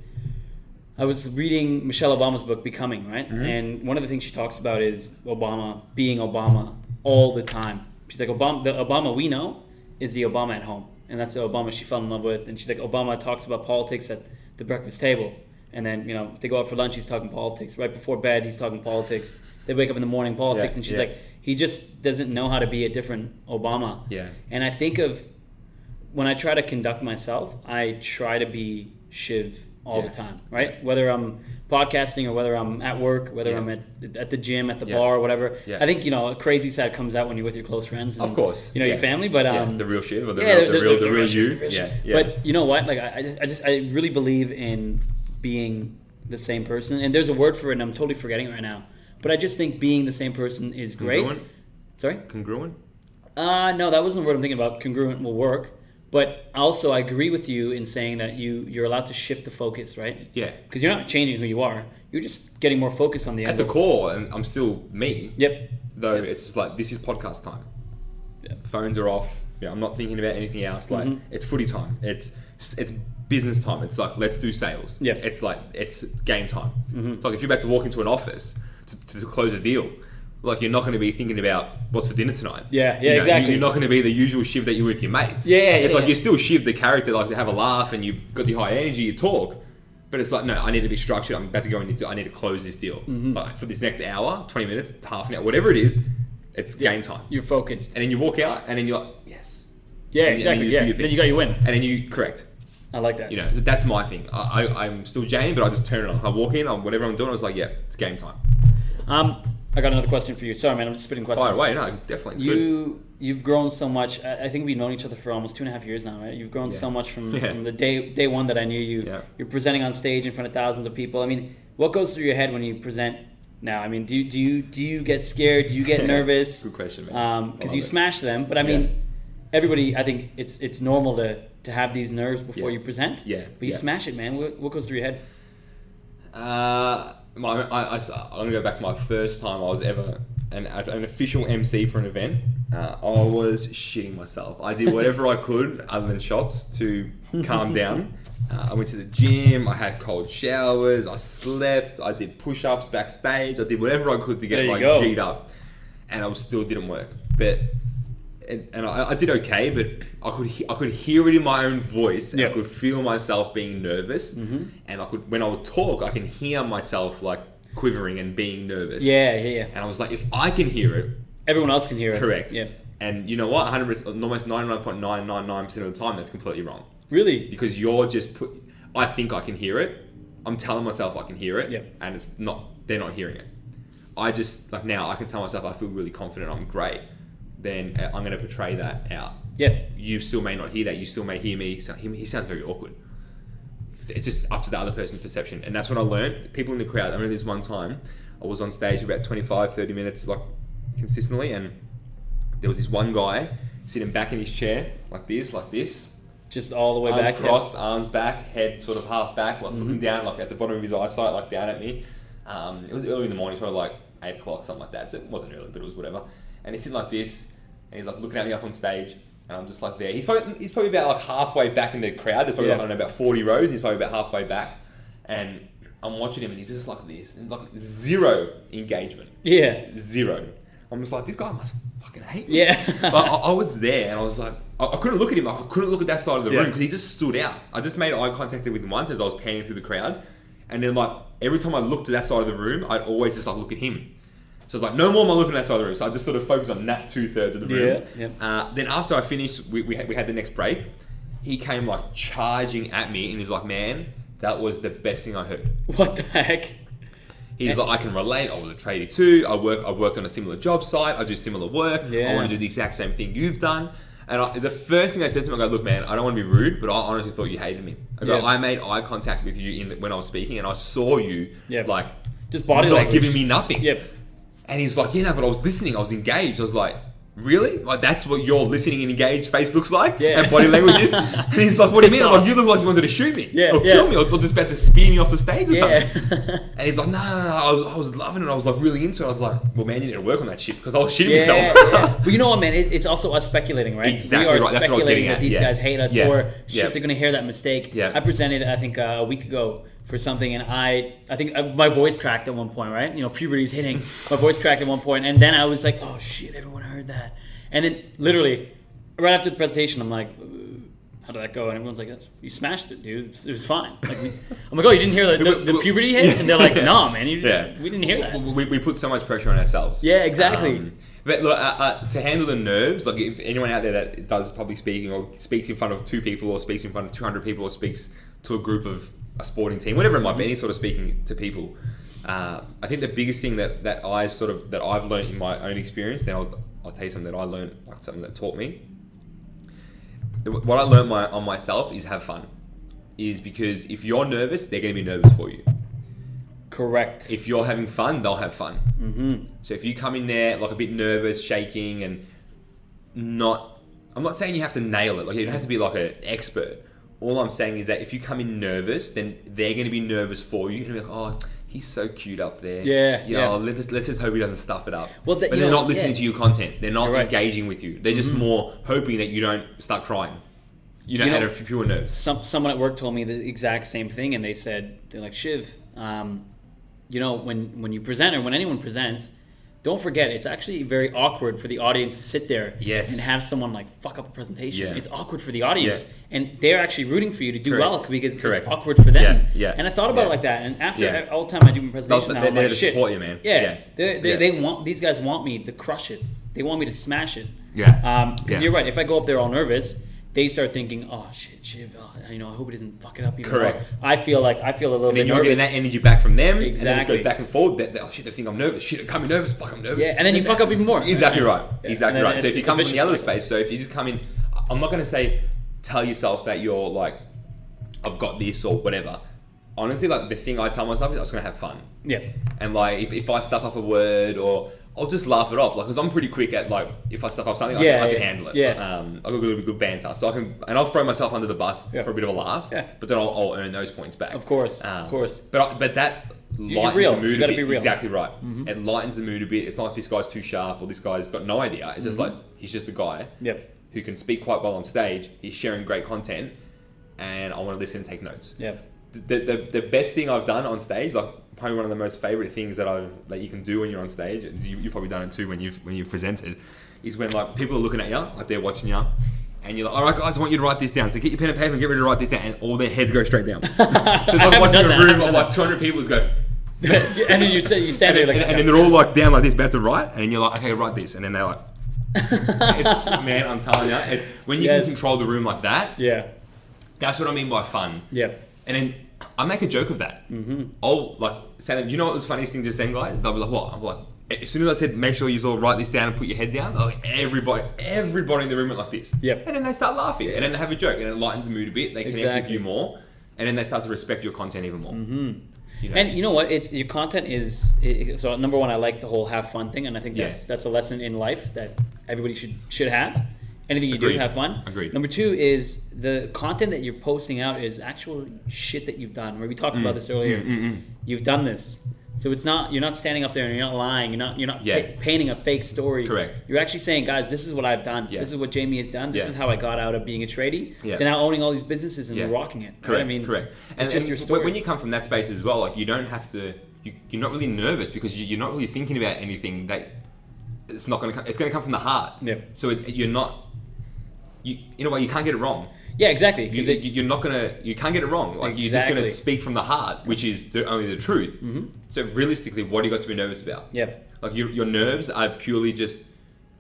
B: I was reading Michelle Obama's book Becoming, right?
C: Mm-hmm.
B: And one of the things she talks about is Obama being Obama all the time. She's like Obama, the Obama we know is the Obama at home, and that's the Obama she fell in love with. And she's like Obama talks about politics at the breakfast table, and then you know if they go out for lunch, he's talking politics. Right before bed, he's talking politics. They wake up in the morning, politics,
C: Yeah,
B: and she's
C: yeah.
B: like, he just doesn't know how to be a different Obama.
C: Yeah.
B: And I think of when I try to conduct myself, I try to be Shiv all
C: Yeah.
B: the time, right? Whether I'm podcasting or whether I'm at work, whether
C: Yeah.
B: I'm at at the gym, at the
C: Yeah.
B: bar, or whatever.
C: Yeah.
B: I think you know, a crazy side comes out when you're with your close friends, and,
C: Of course,
B: you know your
C: yeah.
B: family, but
C: Yeah,
B: um,
C: the real shit or the
B: yeah,
C: real, the,
B: they're-
C: real, the
B: they're-
C: real
B: they're-
C: you.
B: they're-
C: Yeah, yeah.
B: But you know what? Like I, I just, I just, I really believe in being the same person. And there's a word for it, and I'm totally forgetting it right now. But I just think being the same person is great.
C: Congruent?
B: Sorry.
C: Congruent?
B: Uh, no, that wasn't the word I'm thinking about. Congruent will work. But also, I agree with you in saying that you you're allowed to shift the focus, right?
C: Yeah.
B: Because you're not changing who you are. You're just getting more focus on the
C: At
B: end.
C: the core, and I'm still me.
B: Yep.
C: Though it's just like this is podcast time.
B: Yeah.
C: Phones are off. Yeah, I'm not thinking about anything else. Like
B: Mhm.
C: it's footy time. It's it's business time. It's like let's do sales.
B: Yeah. Mm-hmm.
C: It's like it's game time. It's Like if you're about to walk into an office to, to close a deal, like you're not going to be thinking about what's for dinner tonight.
B: Yeah, yeah,
C: You know, you-
B: exactly.
C: You're not going to be the usual shiv that you're with your mates.
B: Yeah, yeah,
C: It's
B: yeah,
C: like
B: yeah.
C: you're still shiv the character, like to have a laugh and you've got the high energy, you talk. But it's like, no, I need to be structured. I'm about to go into, I need to close this deal.
B: Mm-hmm.
C: But for this next hour, 20 minutes, half an hour, whatever it is, it's game time.
B: You're focused.
C: And then you walk out and then you're like, yes.
B: Yeah,
C: and
B: exactly.
C: you just
B: yeah.
C: do your thing.
B: then you got your win.
C: And then you, correct.
B: I like that.
C: You know, that's my thing. I, I, I'm still Jane, but I just turn it on. I walk in, on whatever I'm doing, I was like, yeah, it's game time.
B: Um, I got another question for you. Sorry, man. I'm just spitting questions.
C: By the way, no, definitely. It's good.
B: you you've grown so much. I, I think we've known each other for almost two and a half years now, right? You've grown
C: Yeah.
B: so much from,
C: Yeah.
B: from the day day one that I knew you.
C: Yeah.
B: You're presenting on stage in front of thousands of people. I mean, what goes through your head when you present now? I mean, do you- do you do you get scared? Do you get nervous?
C: Good question, man. I
B: Because
C: love
B: you
C: it.
B: smash them, but I mean, everybody. I think it's it's normal to to have these nerves before
C: Yeah.
B: you present.
C: Yeah.
B: But you
C: Yeah.
B: smash it, man. What, what goes through your head?
C: Uh, my, I, I, am gonna go back to my first time I was ever an, an official MC for an event. Uh, I was shitting myself. I did whatever I could, other than shots, to calm down. Uh, I went to the gym. I had cold showers. I slept. I did push-ups backstage. I did whatever I could to
B: There
C: get
B: you
C: like
B: go.
C: G'd up, and I was, still didn't work. But and, and I, I did okay, but I could he- I could hear it in my own voice. And
B: Yeah.
C: I could feel myself being nervous,
B: Mm-hmm.
C: and I could when I would talk, I can hear myself like quivering and being nervous.
B: Yeah, yeah, yeah.
C: And I was like, if I can hear it,
B: Everyone else can hear it.
C: correct.
B: Yeah.
C: And you know what? 100, almost 99.999 percent of the time, that's completely wrong
B: Really?
C: because you're just put. I think I can hear it. I'm telling myself I can hear it,
B: Yeah.
C: and it's not. They're not hearing it. I just like now. I can tell myself I feel really confident. I'm great. Then uh, I'm going to portray that out.
B: Yeah.
C: You still may not hear that. You still may hear me. So he, he sounds very awkward. It's just up to the other person's perception, and that's what I learned. People in the crowd. I remember this one time. I was on stage about 25, 30 minutes, like consistently, and there was this one guy sitting back in his chair, like this, like this,
B: Just all the way
C: Arms
B: back. yeah. Mm-hmm.
C: crossed, arms back, head sort of half back, like looking down, like at the bottom of his eyesight, like down at me. Um, it was early in the morning, probably like eight o'clock, something like that. So it wasn't early, but it was whatever. And he's sitting like this, and he's like looking at me up on stage, and I'm just like there. He's probably he's probably about like halfway back in the crowd. There's probably
B: Yeah.
C: like, I don't know about forty rows. He's probably about halfway back, and I'm watching him, and he's just like this, and like zero engagement,
B: Yeah.
C: zero. I'm just like this guy must fucking hate me.
B: Yeah.
C: I, I I was there and I was like, I, I couldn't look at him. I couldn't look at that side of the
B: Yeah.
C: room because he just stood out. I just made eye contact with him once as I was panning through the crowd. And then, like, every time I looked to that side of the room, I'd always just, like, look at him. So it's like, no more am I looking at that side of the room. So I just sort of focused on that two thirds of the room.
B: Yeah, yeah.
C: Uh, then after I finished, we, we, had, we had the next break. He came, like, charging at me and he's like, man, that was the best thing I heard.
B: What the heck?
C: He's like, I can relate. I was a tradie too. I work. I worked on a similar job site. I do similar work.
B: Yeah.
C: I want to do the exact same thing you've done. And I, the first thing I said to him, I go, look, man, I don't want to be rude, but I honestly thought you hated me. I go,
B: Yeah.
C: I made eye contact with you in the, when I was speaking, and I saw you
B: Yeah.
C: like
B: Just body
C: not
B: language.
C: giving me nothing.
B: Yep.
C: And he's like, yeah, no, but I was listening. I was engaged. I was like, really? Like that's what your listening and engaged face looks like,
B: Yeah.
C: and body language is. And he's like, what do you mean? I'm
B: Pissed
C: like, you look like you wanted to shoot me,
B: Yeah,
C: or
B: yeah.
C: kill me, or, or just about to spear me off the stage or
B: Yeah.
C: something. And he's like, no, no, no, I was, I was loving it. I was like really into it. I was like, well, man, you need to work on that shit because I was shitting
B: yeah, yeah.
C: myself.
B: But you know what, man? It, it's also us speculating, right?
C: Exactly
B: we are
C: right, that's what I was
B: speculating
C: getting
B: that
C: at,
B: these
C: yeah.
B: guys hate us
C: Yeah,
B: or shit,
C: yeah.
B: they're going to hear that mistake.
C: Yeah.
B: I presented, I think, uh, a week ago for something, and I, I think uh, my voice cracked at one point, right? You know, puberty's hitting. my voice cracked at one point, and then I was like, oh shit, everyone heard that. And then literally, right after the presentation, I'm like. "Uh, How did that go? And everyone's like, That's, "You smashed it, dude. It was fine." Like, we- I'm like, "Oh, you didn't hear the, the, the puberty hit?" And they're like, "No, man, you,
C: Yeah.
B: we didn't hear that."
C: We, we, we put so much pressure on ourselves.
B: Yeah, exactly.
C: Um, but But look, uh, uh, to handle the nerves, like if anyone out there that does public speaking or speaks in front of two people or speaks in front of 200 people or speaks to a group of a sporting team, whatever it might be, any sort of speaking to people, uh, I think the biggest thing that, that I sort of, that I've learned in my own experience, then I'll, I'll tell you something that I learned, like something that taught me. What I learned my, on myself is have fun. Is because if you're nervous, they're going to be nervous for you
B: Correct.
C: if you're having fun, they'll have fun.
B: Mm-hmm.
C: So if you come in there like a bit nervous, shaking, and not, I'm not saying you have to nail it. Like you don't have to be like an expert. All I'm saying is that if you come in nervous, then they're going to be nervous for you and be like, oh, he's so cute up there.
B: Yeah,
C: You
B: yeah.
C: know, let's, let's just hope he doesn't stuff it up.
B: Well, that-
C: but
B: you
C: they're
B: know,
C: not listening
B: yeah.
C: to your content. They're not
B: You're right. Mm-hmm.
C: engaging with you. They're just more hoping that you don't start crying. You know,
B: You know-
C: out of pure nerves.
B: Some, someone at work told me the exact same thing, and they said they're like Shiv, um, you know, when when you present or when anyone presents, don't forget it's actually very awkward for the audience to sit there
C: Yes.
B: and have someone like fuck up a presentation.
C: Yeah.
B: It's awkward for the audience,
C: Yeah.
B: and they're actually rooting for you to do
C: Correct.
B: well because
C: Correct.
B: it's awkward for them.
C: Yeah, yeah,
B: And I thought about
C: yeah.
B: it like that, and after
C: Yeah.
B: all the time I do my presentation,
C: They'll-
B: now,
C: they're
B: I'm
C: there
B: like,
C: to
B: shit.
C: support you, man.
B: Yeah,
C: Yeah.
B: They, they,
C: Yeah.
B: they want these guys want me to crush it. They want me to smash it.
C: Yeah.
B: Um, because
C: Yeah.
B: you're right. If I go up there all nervous, they start thinking, "Oh shit, Shiv, oh, you know, I hope it doesn't fuck it up." Even more."
C: Correct.
B: I feel like I feel a little
C: And then
B: bit
C: you're
B: nervous.
C: getting that energy back from them. And then it
B: Exactly.
C: goes back and forth. They, they, oh, shit, they think I'm nervous. Shit, I'm coming nervous. Fuck, I'm nervous.
B: yeah, and then you fuck up even more.
C: Exactly right.
B: Yeah. And
C: Exactly
B: then
C: right. So
B: it's-
C: if you
B: it's
C: come
B: a
C: from the
B: vicious
C: other
B: cycle.
C: space, so if you just come in, I'm not going to say tell yourself that you're like, I've got this or whatever. Honestly, like the thing I tell myself is I'm just going to have fun.
B: Yeah.
C: And like if, if I stuff up a word or I'll just laugh it off, like because I'm pretty quick at like if I stuff up something,
B: Yeah,
C: I, I
B: yeah,
C: can handle it.
B: yeah.
C: Um, I've got a little bit good banter, so I can and I'll throw myself under the bus
B: Yeah.
C: for a bit of a laugh.
B: Yeah.
C: But then I'll, I'll earn those points back.
B: Of course, of
C: Um.
B: course.
C: But I, but that lightens
B: real.
C: the
B: You
C: mood. a
B: gotta
C: bit.
B: be real. Mm-hmm.
C: Exactly right. It lightens the mood a bit. It's not like this guy's too sharp or this guy's got no idea. It's
B: Mm-hmm.
C: just like he's just a guy
B: Yep.
C: who can speak quite well on stage. He's sharing great content, and I want to listen and take notes
B: Yep.
C: the, the, the best thing I've done on stage, like probably one of the most favorite things that I've that you can do when you're on stage, and you, you've probably done it too when you've when you've presented, is when like people are looking at you, like they're watching you, and you're like, all right guys, I want you to write this down. So get your pen and paper and get ready to write this down, and all their heads go straight down. so it's
B: I haven't
C: like watching
B: done that.
C: a room of like 200 people just go.
B: and then you sit, you stand
C: And,
B: there
C: then-
B: like,
C: and, and then they're all like down like this, about to write, and you're like, okay, write this, and then they're like, it's man, I'm telling you, it, when you
B: Yes.
C: can control the room like that,
B: yeah,
C: that's what I mean by fun.
B: yeah,
C: And then I make a joke of that. Mm-hmm. I'll like say to them, you know what was the funniest thing just then, guys? They'll be like, what? I'm like, as soon as I said, make sure you all write this down and put your head down, they're like everybody, everybody in the room went like this.
B: Yep.
C: And then they start laughing, and then they have a joke, and it lightens the mood a bit. They connect with
B: Exactly.
C: you more, and then they start to respect your content even more. Mm-hmm. You know?
B: and you know what? It's your content is i- i- so number one. I like the whole have fun thing, and I think
C: Yeah.
B: that's that's a lesson in life that everybody should should have. Anything you do,
C: Agreed.
B: have fun.
C: Agreed.
B: Number two is the content that you're posting out is actual shit that you've done. Where we
C: Mm.
B: talked about this earlier. You've done this, so it's not you're not standing up there and you're not lying. You're not you're not
C: Yeah.
B: pa- painting a fake story.
C: Correct.
B: You're actually saying, guys, this is what I've done.
C: Yeah.
B: This is what Jamie has done. This
C: Yeah.
B: is how I got out of being a tradie
C: Yeah.
B: to now owning all these businesses and
C: Yeah.
B: rocking it.
C: Correct.
B: Right? I mean,
C: correct.
B: It's
C: And,
B: just
C: and
B: your
C: wh-
B: story.
C: when you come from that space as well, like you don't have to. You, you're not really nervous because you, you're not really thinking about anything that it's not going to come. It's going to come from the heart.
B: Yep.
C: So it, you're not. You, in a way, you can't get it wrong.
B: yeah, exactly. 'cause
C: You,
B: it-
C: you, are not gonna. You can't get it wrong. Like you're just
B: Exactly.
C: gonna speak from the heart, which is the, only the truth. Mm-hmm. So realistically, what do you got to be nervous about?
B: Yep.
C: Like your, your nerves are purely just.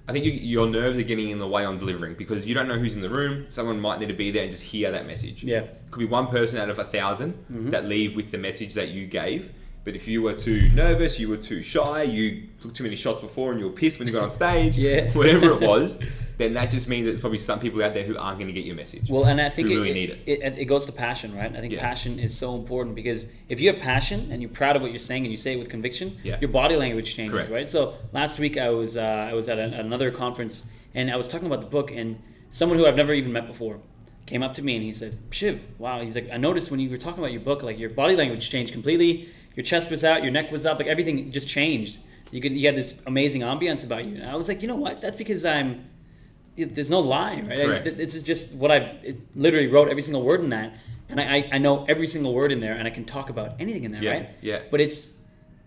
C: I think you, your nerves are getting in the way on delivering because you don't know who's in the room. Someone might need to be there and just hear that message.
B: Yeah. Mm-hmm.
C: Could be one person out of a 1000 that leave with the message that you gave. But if you were too nervous, you were too shy, you took too many shots before and you were pissed when you got on stage,
B: Yeah.
C: whatever it was, then that just means that there's probably some people out there who aren't going to get your message.
B: Well, and I think
C: who
B: it,
C: really
B: it,
C: need it.
B: it. and It goes to passion, right? I think
C: Yeah.
B: passion is so important because if you have passion and you're proud of what you're saying and you say it with conviction,
C: Yeah.
B: your body language changes,
C: Correct.
B: right? So last week I was uh, I was at an another conference and I was talking about the book and someone who I've never even met before came up to me and he said, "Shiv, wow." He's like, "I noticed when you were talking about your book, like your body language changed completely. Your chest was out, your neck was up, like everything just changed. You could you had this amazing ambiance about you." And I was like, "You know what? That's because I'm." it- there's no lie, right?
C: Correct.
B: Th- this is just what I literally wrote every single word in that, and I, I, I know every single word in there, and I can talk about anything in there,
C: Yeah,
B: right?
C: yeah.
B: But it's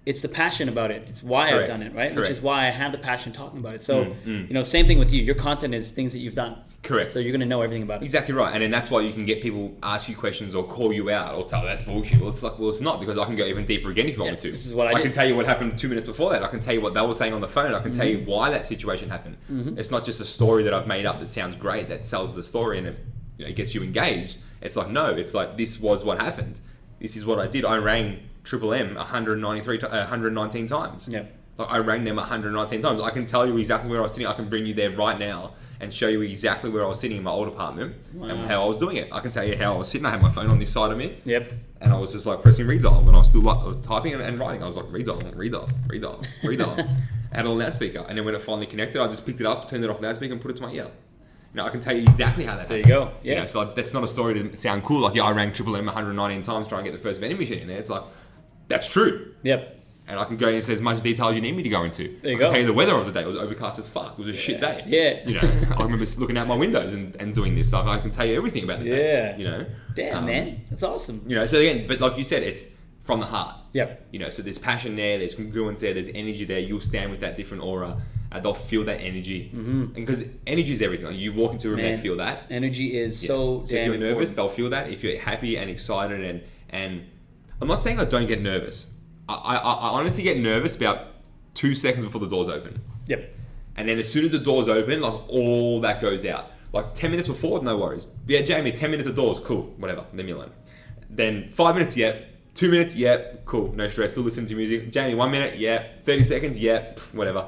B: it's the passion about it. It's why
C: Correct,
B: I've done it, right? Which
C: correct.
B: is why I had the passion talking about it. So
C: mm.
B: you know, same thing with you. Your content is things that you've done.
C: Correct.
B: So you're going to know everything about it.
C: Exactly right, and then that's why you can get people ask you questions or call you out or tell that's bullshit. Well, it's like well, it's not because I can go even deeper again if you want
B: Yeah,
C: me to.
B: this is what I did.
C: can tell you what happened two minutes before that. I can tell you what they were saying on the phone. I can tell you
B: Mm-hmm.
C: why that situation happened. It's not just a story that I've made up that sounds great that sells the story and it, you know, it gets you engaged. It's like no, it's like this was what happened. This is what I did. I rang Triple M 193, ti- uh, 119 times.
B: Yeah.
C: Like I rang them 119 times. I can tell you exactly where I was sitting. I can bring you there right now and show you exactly where I was sitting in my old apartment
B: Wow.
C: and how I was doing it. I can tell you how I was sitting. I had my phone on this side of me
B: Yep.
C: and I was just like pressing redial and I was still like I was typing and, and writing. I was like redial, redial, redial, redial. I had it on loudspeaker and then when it finally connected, I just picked it up, turned it off loudspeaker, and put it to my ear. Now I can tell you exactly how that
B: There you
C: happened.
B: go. Yeah.
C: You know, so like, that's not a story to sound cool. Like yeah, I rang Triple M 119 times trying to get the first vending machine in there. It's like that's true
B: Yep.
C: and I can go into as much detail as you need me to go into.
B: There you
C: I can
B: go.
C: tell you the weather of the day. It was overcast as fuck. It was a shit day.
B: Yeah.
C: You know, I remember looking out my windows and, and doing this stuff. I can tell you everything about the day.
B: Yeah.
C: You know.
B: Damn,
C: Um,
B: man. That's awesome.
C: You know. So again, but like you said, it's from the heart.
B: Yep.
C: You know. So there's passion there. There's congruence there. There's energy there. You'll stand with that different aura. Uh, they'll feel that energy. Mm-hmm. And because energy is everything. Like you walk into a room,
B: Man.
C: they feel that.
B: Energy is
C: Yeah.
B: so
C: if
B: damn
C: you're nervous,
B: important.
C: they'll feel that. If you're happy and excited, and and I'm not saying I don't get nervous. I, I, I honestly get nervous about two seconds before the doors open,
B: Yep.
C: and then as soon as the doors open, like all that goes out. Like ten minutes before, no worries. Yeah, Jamie, ten minutes of doors, cool, whatever, leave me alone. Then five minutes, yep. Two minutes, yep, cool, no stress. Still listen to music. Jamie, one minute, yep. Thirty seconds, yep, pff, whatever.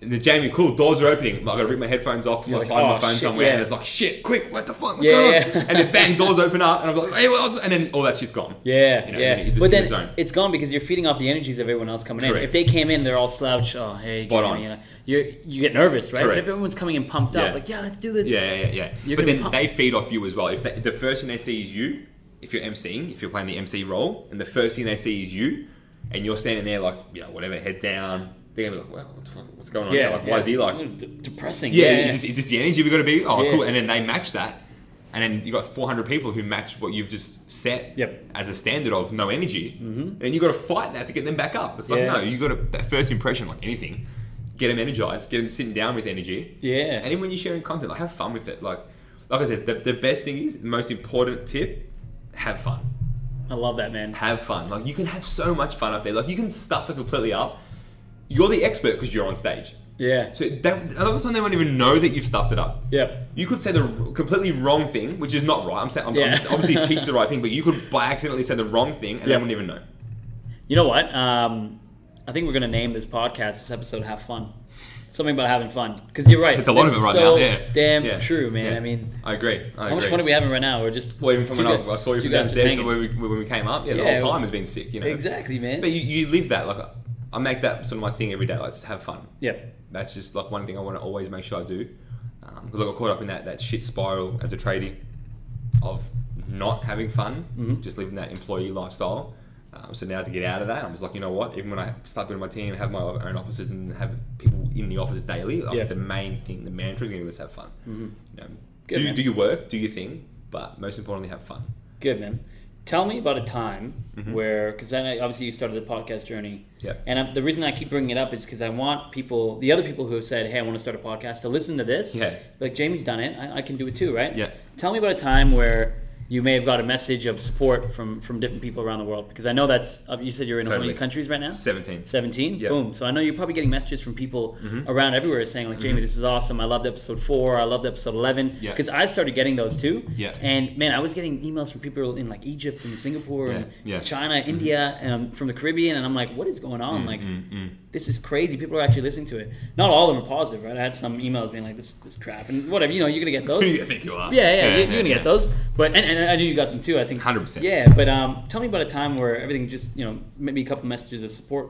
C: And then Jamie, cool, doors are opening. Like, I gotta rip my headphones off, like,
B: like,
C: hide
B: oh,
C: my phone
B: shit,
C: somewhere,
B: yeah.
C: and it's like, shit, quick, what the fuck?
B: Yeah,
C: Oh.
B: yeah.
C: and then bang, doors open up, and I'm like, hey, well, and then all that shit's gone.
B: Yeah,
C: You know,
B: yeah.
C: you just
B: but
C: in the
B: then
C: zone.
B: it's gone because you're feeding off the energies of everyone else coming in.
C: Correct.
B: If they came in, they're all slouch. Oh, hey,
C: Spot
B: give
C: on.
B: me, You, know, you're, you get nervous, right? But
C: Correct.
B: if everyone's coming in pumped
C: Yeah.
B: up, like, yeah, let's do this.
C: Yeah, yeah, yeah.
B: You're
C: but
B: gonna
C: then
B: pump-
C: they feed off you as well. If they, the first thing they see is you, if you're emceeing, if you're playing the MC role, and the first thing they see is you, and you're standing there like, you know, whatever, head down, they're gonna be like, well, what the fuck- what's going on? here? Like, why is he like?
B: It's de- depressing.
C: Yeah, Is, this, is this the energy we got to be? Oh,
B: Yeah.
C: cool. And then they match that, and then you got 400 people who match what you've just set
B: Yep.
C: as a standard of no energy, mm-hmm. and you got to fight that to get them back up. It's like
B: Yeah.
C: no, you got to that first impression, like anything, get them energized, get them sitting down with energy.
B: Yeah.
C: And then when you're sharing content, like have fun with it. Like, like I said, the, the best thing is the most important tip: have fun.
B: I love that, man.
C: Have fun. Like you can have so much fun up there. Like you can stuff it completely up. You're the expert because you're on stage.
B: Yeah.
C: So that, a lot of the time they won't even know that you've stuffed it up.
B: Yep.
C: You could say the r- completely wrong thing, which is not right. I'm saying I'm,
B: Yeah.
C: I'm obviously teach the right thing, but you could by accidentally say the wrong thing and
B: Yeah.
C: they wouldn't even know.
B: You know what? Um, I think we're gonna name this podcast, this episode, "Have Fun." Something about having fun, because you're right.
C: It's a lot
B: This
C: of it
B: is
C: right
B: so
C: now. Yeah,
B: Damn
C: Yeah.
B: true, man.
C: Yeah.
B: I mean,
C: I agree. I
B: how much
C: agree.
B: fun are we having right now? We're just
C: Well, even from when
B: two
C: I, I
B: guys-
C: saw you
B: two
C: from
B: guys just
C: downstairs to
B: hanging.
C: where we, when we came up, yeah, the
B: Yeah.
C: whole time has been sick. You know
B: Exactly, man.
C: But you, you live that like I make that sort of my thing every day. Like just have fun.
B: Yep.
C: That's just like one thing I want to always make sure I do. Because I got caught up in that, that shit spiral as a tradie of not having fun,
B: Mm-hmm.
C: just living that employee lifestyle. Um, so now to get out of that, I'm just like, you know what? Even when I start building my team, have my own offices, and have people in the office daily, like
B: Yeah. Mm-hmm.
C: the main thing, the mantra is going to be let's have fun. You know,
B: Good,
C: do,
B: man.
C: do your work, do your thing, but most importantly, have fun.
B: Good man. Tell me about a time where, because I obviously you started the podcast journey,
C: Mm-hmm. Yeah.
B: and I, the reason I keep bringing it up is because I want people, the other people who have said, "Hey, I want to start a podcast," to listen to this.
C: Yeah.
B: Like Jamie's done it, I, I can do it too, right?
C: Yeah.
B: Tell me about a time where you may have got a message of support from from different people around the world, because I know that's uh, you said you're in how
C: Totally.
B: many countries right now?
C: 17.
B: 17
C: Yeah. Mm-hmm.
B: boom so i know you're probably getting messages from people around everywhere saying like jamie this is awesome i loved episode 4 i loved episode 11
C: Yeah.
B: because i started getting those too
C: Yeah.
B: and man i was getting emails from people in like egypt and singapore and
C: Yeah, Mm-hmm. yeah.
B: china india and um, from the caribbean and i'm like what is going on like
C: Mm, mm.
B: this is crazy people are actually listening to it not all of them are positive right i had some emails being like this, this is crap and whatever you know you're gonna get those
C: you think you are?
B: yeah, yeah, you're, you're gonna
C: yeah.
B: get those. But and, and I knew you got them too. I think
C: 100%.
B: Yeah, but um, tell me about a time where everything just you know maybe a couple messages of support.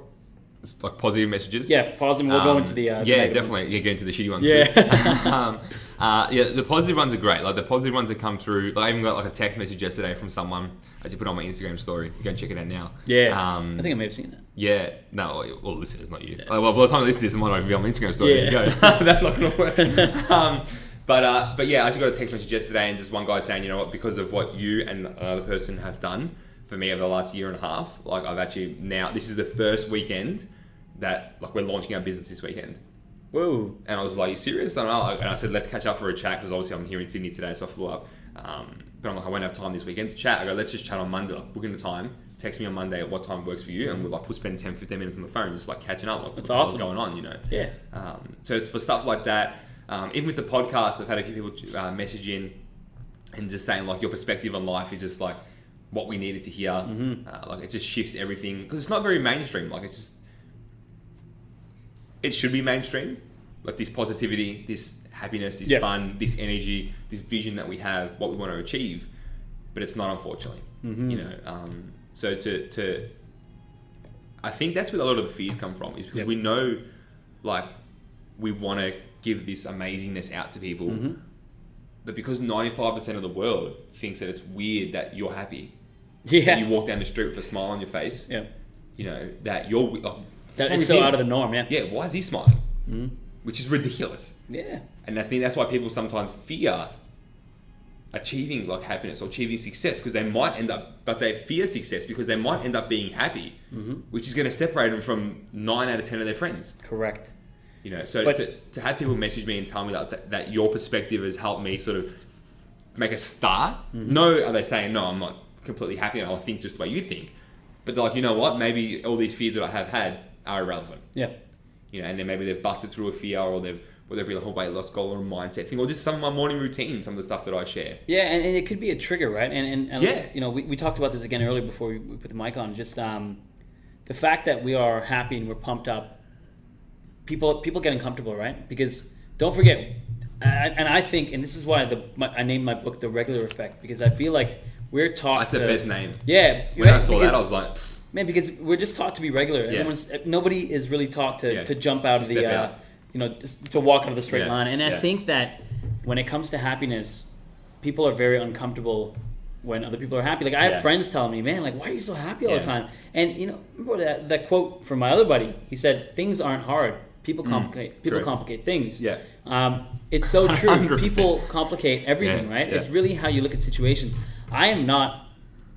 C: Like positive messages.
B: Yeah, pause and we'll go
C: Um,
B: into the uh, the
C: yeah,
B: negative
C: definitely.
B: ones.
C: Yeah, get into the shitty ones.
B: Yeah.
C: too. um, uh, yeah, the positive ones are great. Like the positive ones that come through. Like, I even got like a text message yesterday from someone. I just put it on my Instagram story. Go and check it out now.
B: Yeah,
C: Um,
B: I think I may have seen that.
C: yeah. No, well, listen, it's not you. Like, well, by the time I listen to this, it might not even be on my Instagram story.
B: Yeah.
C: Go. That's not gonna work. um, but uh, but yeah, I just got a text message yesterday, and just one guy saying, you know what, because of what you and another person have done for me over the last year and a half, like I've actually now this is the first weekend that like we're launching our business this weekend.
B: Whoa.
C: And I was like, you serious? And I, and I said, let's catch up for a chat because obviously I'm here in Sydney today, so I flew up. Um, but I'm like, I won't have time this weekend to chat. I go, let's just chat on Monday. Like, booking the time. Text me on Monday at what time works for you. And we're like, we'll spend 10, 15 minutes on the phone, just like catching up. Like,
B: That's
C: what the hell's
B: awesome.
C: going on, you know?
B: Yeah.
C: Um, so it's for stuff like that. Um, even with the podcast, I've had a few people uh, message in and just saying like your perspective on life is just like what we needed to hear.
B: Mm-hmm.
C: Uh, like it just shifts everything because it's not very mainstream. Like it's just it should be mainstream. Like this positivity, this happiness, this
B: Yeah.
C: fun, this energy, this vision that we have, what we want to achieve, but it's not unfortunately.
B: Mm-hmm.
C: You know, um, so to to I think that's where a lot of the fears come from is because
B: Yep.
C: we know like we want to give this amazingness out to people
B: Mm-hmm.
C: but because 95% of the world thinks that it's weird that you're happy that you
B: Yeah.
C: walk down the street with a smile on your face
B: Yeah.
C: you know that you're oh,
B: That,
C: what's
B: it's so
C: wrong
B: out of
C: with
B: the norm. Yeah.
C: him? yeah why is he smiling which is ridiculous
B: Yeah.
C: and I think that's why people sometimes fear achieving like happiness or achieving success because they might end up, but they fear success because they might end up being happy, which is going to separate them from nine out of ten of their friends.
B: Correct.
C: You know, so
B: But-
C: to, to have people message me and tell me that, that that your perspective has helped me sort of make a start. No, are they saying no? I'm not completely happy, and I think just the way you think. But they're like, you know what? Maybe all these fears that I have had are irrelevant
B: Yeah.
C: you know, and then maybe they've busted through a fear or they've whether it be the whole weight loss goal or a mindset thing or just some of my morning routine, some of the stuff that I share.
B: Yeah, and, and it could be a trigger, right? And and, and
C: Yeah.
B: you know, we, we talked about this again earlier before we, we put the mic on. Just um, the fact that we are happy and we're pumped up, people people get uncomfortable, right? Because don't forget, and, and I think, and this is why the my, I named my book "The Regular Effect" because I feel like we're taught.
C: That's the
B: to-
C: best name.
B: Yeah.
C: When I
B: right?
C: saw that, I
B: Because-
C: was like,
B: Man, because we're just taught to be regular. Everyone's, nobody is really taught to,
C: Yeah.
B: to jump out
C: To
B: of the,
C: step
B: uh,
C: out.
B: you know, just to walk out of the straight
C: Yeah.
B: line. And I
C: Yeah.
B: think that when it comes to happiness, people are very uncomfortable when other people are happy. Like I have
C: Yeah.
B: friends telling me, "Man, like why are you so happy all the
C: Yeah.
B: time?" And you know, remember that, that quote from my other buddy? He said, "Things aren't hard. People complicate. people
C: Mm. correct.
B: complicate things."
C: Yeah.
B: Um, it's so true.
C: 100%.
B: People complicate everything,
C: Yeah,
B: right?
C: yeah.
B: It's really how you look at situations. I am not,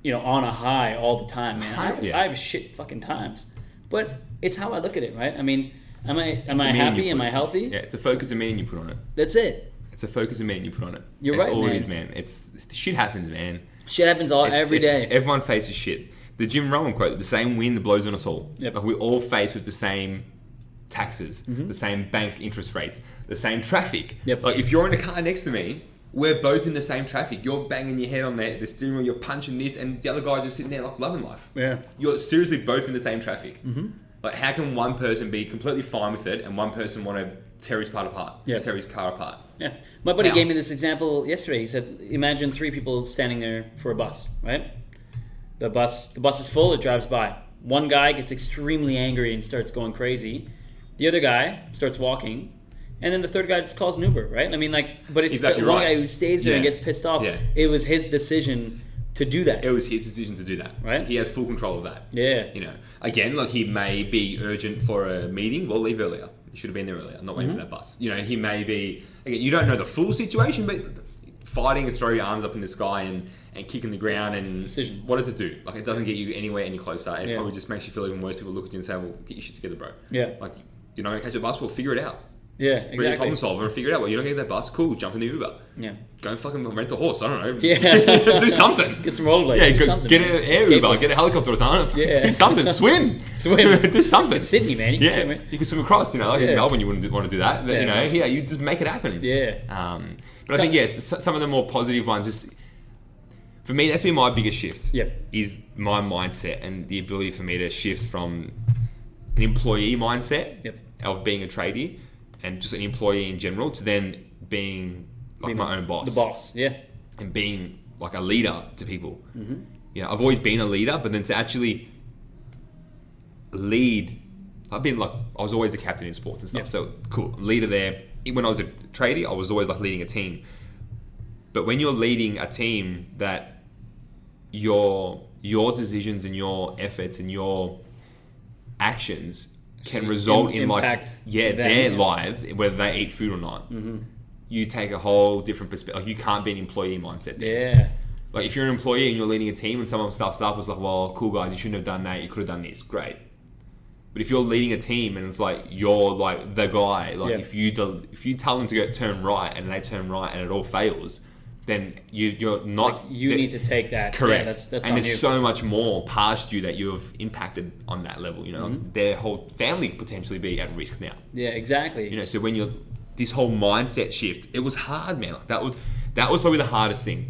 B: you know, on a high all the time, man. I,
C: Yeah.
B: I have shit fucking times, but it's how I look at it, right? I mean, am I am
C: the
B: I
C: meaning
B: happy?
C: you
B: Am
C: put
B: I
C: it.
B: healthy?
C: yeah, it's a focus and meaning you put on it.
B: That's it.
C: It's a focus and meaning you put on it.
B: You're
C: That's
B: right,
C: all
B: man.
C: it is, man. It's shit happens, man.
B: Shit happens all
C: It-
B: every
C: it's-
B: day.
C: Everyone faces shit. The Jim Rowan quote: "The same wind that blows on us all."
B: Yep. Mm-hmm.
C: Like we all face with the same taxes, the same bank interest rates, the same traffic.
B: Yep.
C: Like if you're in a car next to me, we're both in the same traffic. You're banging your head on the, the steering wheel. You're punching this, and the other guy's just sitting there like loving life.
B: yeah.
C: You're seriously both in the same traffic.
B: Mm-hmm.
C: Like how can one person be completely fine with it and one person want to tear his part apart?
B: Yeah.
C: Tear his car apart.
B: Yeah. My buddy
C: Now-
B: gave me this example yesterday. He said, imagine three people standing there for a bus, right? The bus the bus is full, it drives by. One guy gets extremely angry and starts going crazy. The other guy starts walking. And then the third guy just calls an Uber, right? I mean, like, but it's
C: Exactly
B: the one
C: right.
B: guy who stays there and
C: Yeah.
B: gets pissed off.
C: Yeah.
B: It was his decision to do that.
C: It was his decision to do that.
B: Right.
C: He has full control of that.
B: yeah.
C: you know, again, like he may be urgent for a meeting. Well, leave earlier. You should have been there earlier. I'm not waiting
B: Mm-hmm.
C: for that bus. You know, he may be. Again, you don't know the full situation, but fighting and throwing your arms up in the sky and and kicking the ground and
B: decision.
C: What does it do? Like it doesn't get you anywhere any closer. It
B: Yeah.
C: probably just makes you feel even worse. People look at you and say, "Well, get your shit together, bro."
B: Yeah.
C: Like you're not gonna catch a bus. Well, figure it out.
B: yeah,
C: Be a problem
B: exactly.
C: solver and figure it out. Well, you're not gonna get that bus. Cool. Jump in the Uber.
B: Yeah.
C: Go and fucking rent a horse. I don't know.
B: Yeah.
C: do something.
B: Get some rollerblades.
C: Yeah,
B: do
C: go,
B: something,
C: get
B: man.
C: an air
B: Skateboard.
C: Uber, get a helicopter or something.
B: Yeah.
C: Do something. Swim.
B: Swim.
C: do something.
B: It's Sydney, man. You can
C: yeah,
B: swim, man.
C: you can swim across. You know, like
B: Yeah.
C: in Melbourne, you wouldn't do, want to do that, but
B: Yeah.
C: you know, here you just make it happen.
B: Yeah.
C: Um, but I think yes, s- some of the more positive ones. Just for me, that's been my biggest shift.
B: Yep.
C: Is my mindset and the ability for me to shift from an employee mindset
B: Yep.
C: of being a tradie and just an employee in general to then being like my own boss
B: The boss, yeah.
C: and being like a leader to people. Mm-hmm. Yeah, I've always been a leader, but then to actually lead, I've been like I was always a captain in sports and stuff.
B: Yeah.
C: So cool, leader there. When I was a tradie, I was always like leading a team. But when you're leading a team that your your decisions and your efforts and your actions can result in, like
B: impact
C: yeah
B: them, Mm-hmm.
C: their
B: yeah.
C: life whether they eat food or not you take a whole different perspective like you can't be an employee mindset there.
B: Yeah.
C: like if you're an employee and you're leading a team and someone stuffs up it's like well cool guys you shouldn't have done that you could have done this great But if you're leading a team and it's like you're like the guy, like
B: Yeah.
C: if you del- if you tell them to go turn right and they turn right and it all fails, then you you're not
B: You
C: that-
B: need to take that.
C: correct.
B: Yeah, that's that's
C: and
B: on
C: there's
B: you.
C: so much more past you that you've impacted on that level. You know,
B: Mm-hmm.
C: their whole family could potentially be at risk now.
B: yeah, exactly.
C: You know, so when you're this whole mindset shift, it was hard, man. Like that was that was probably the hardest thing.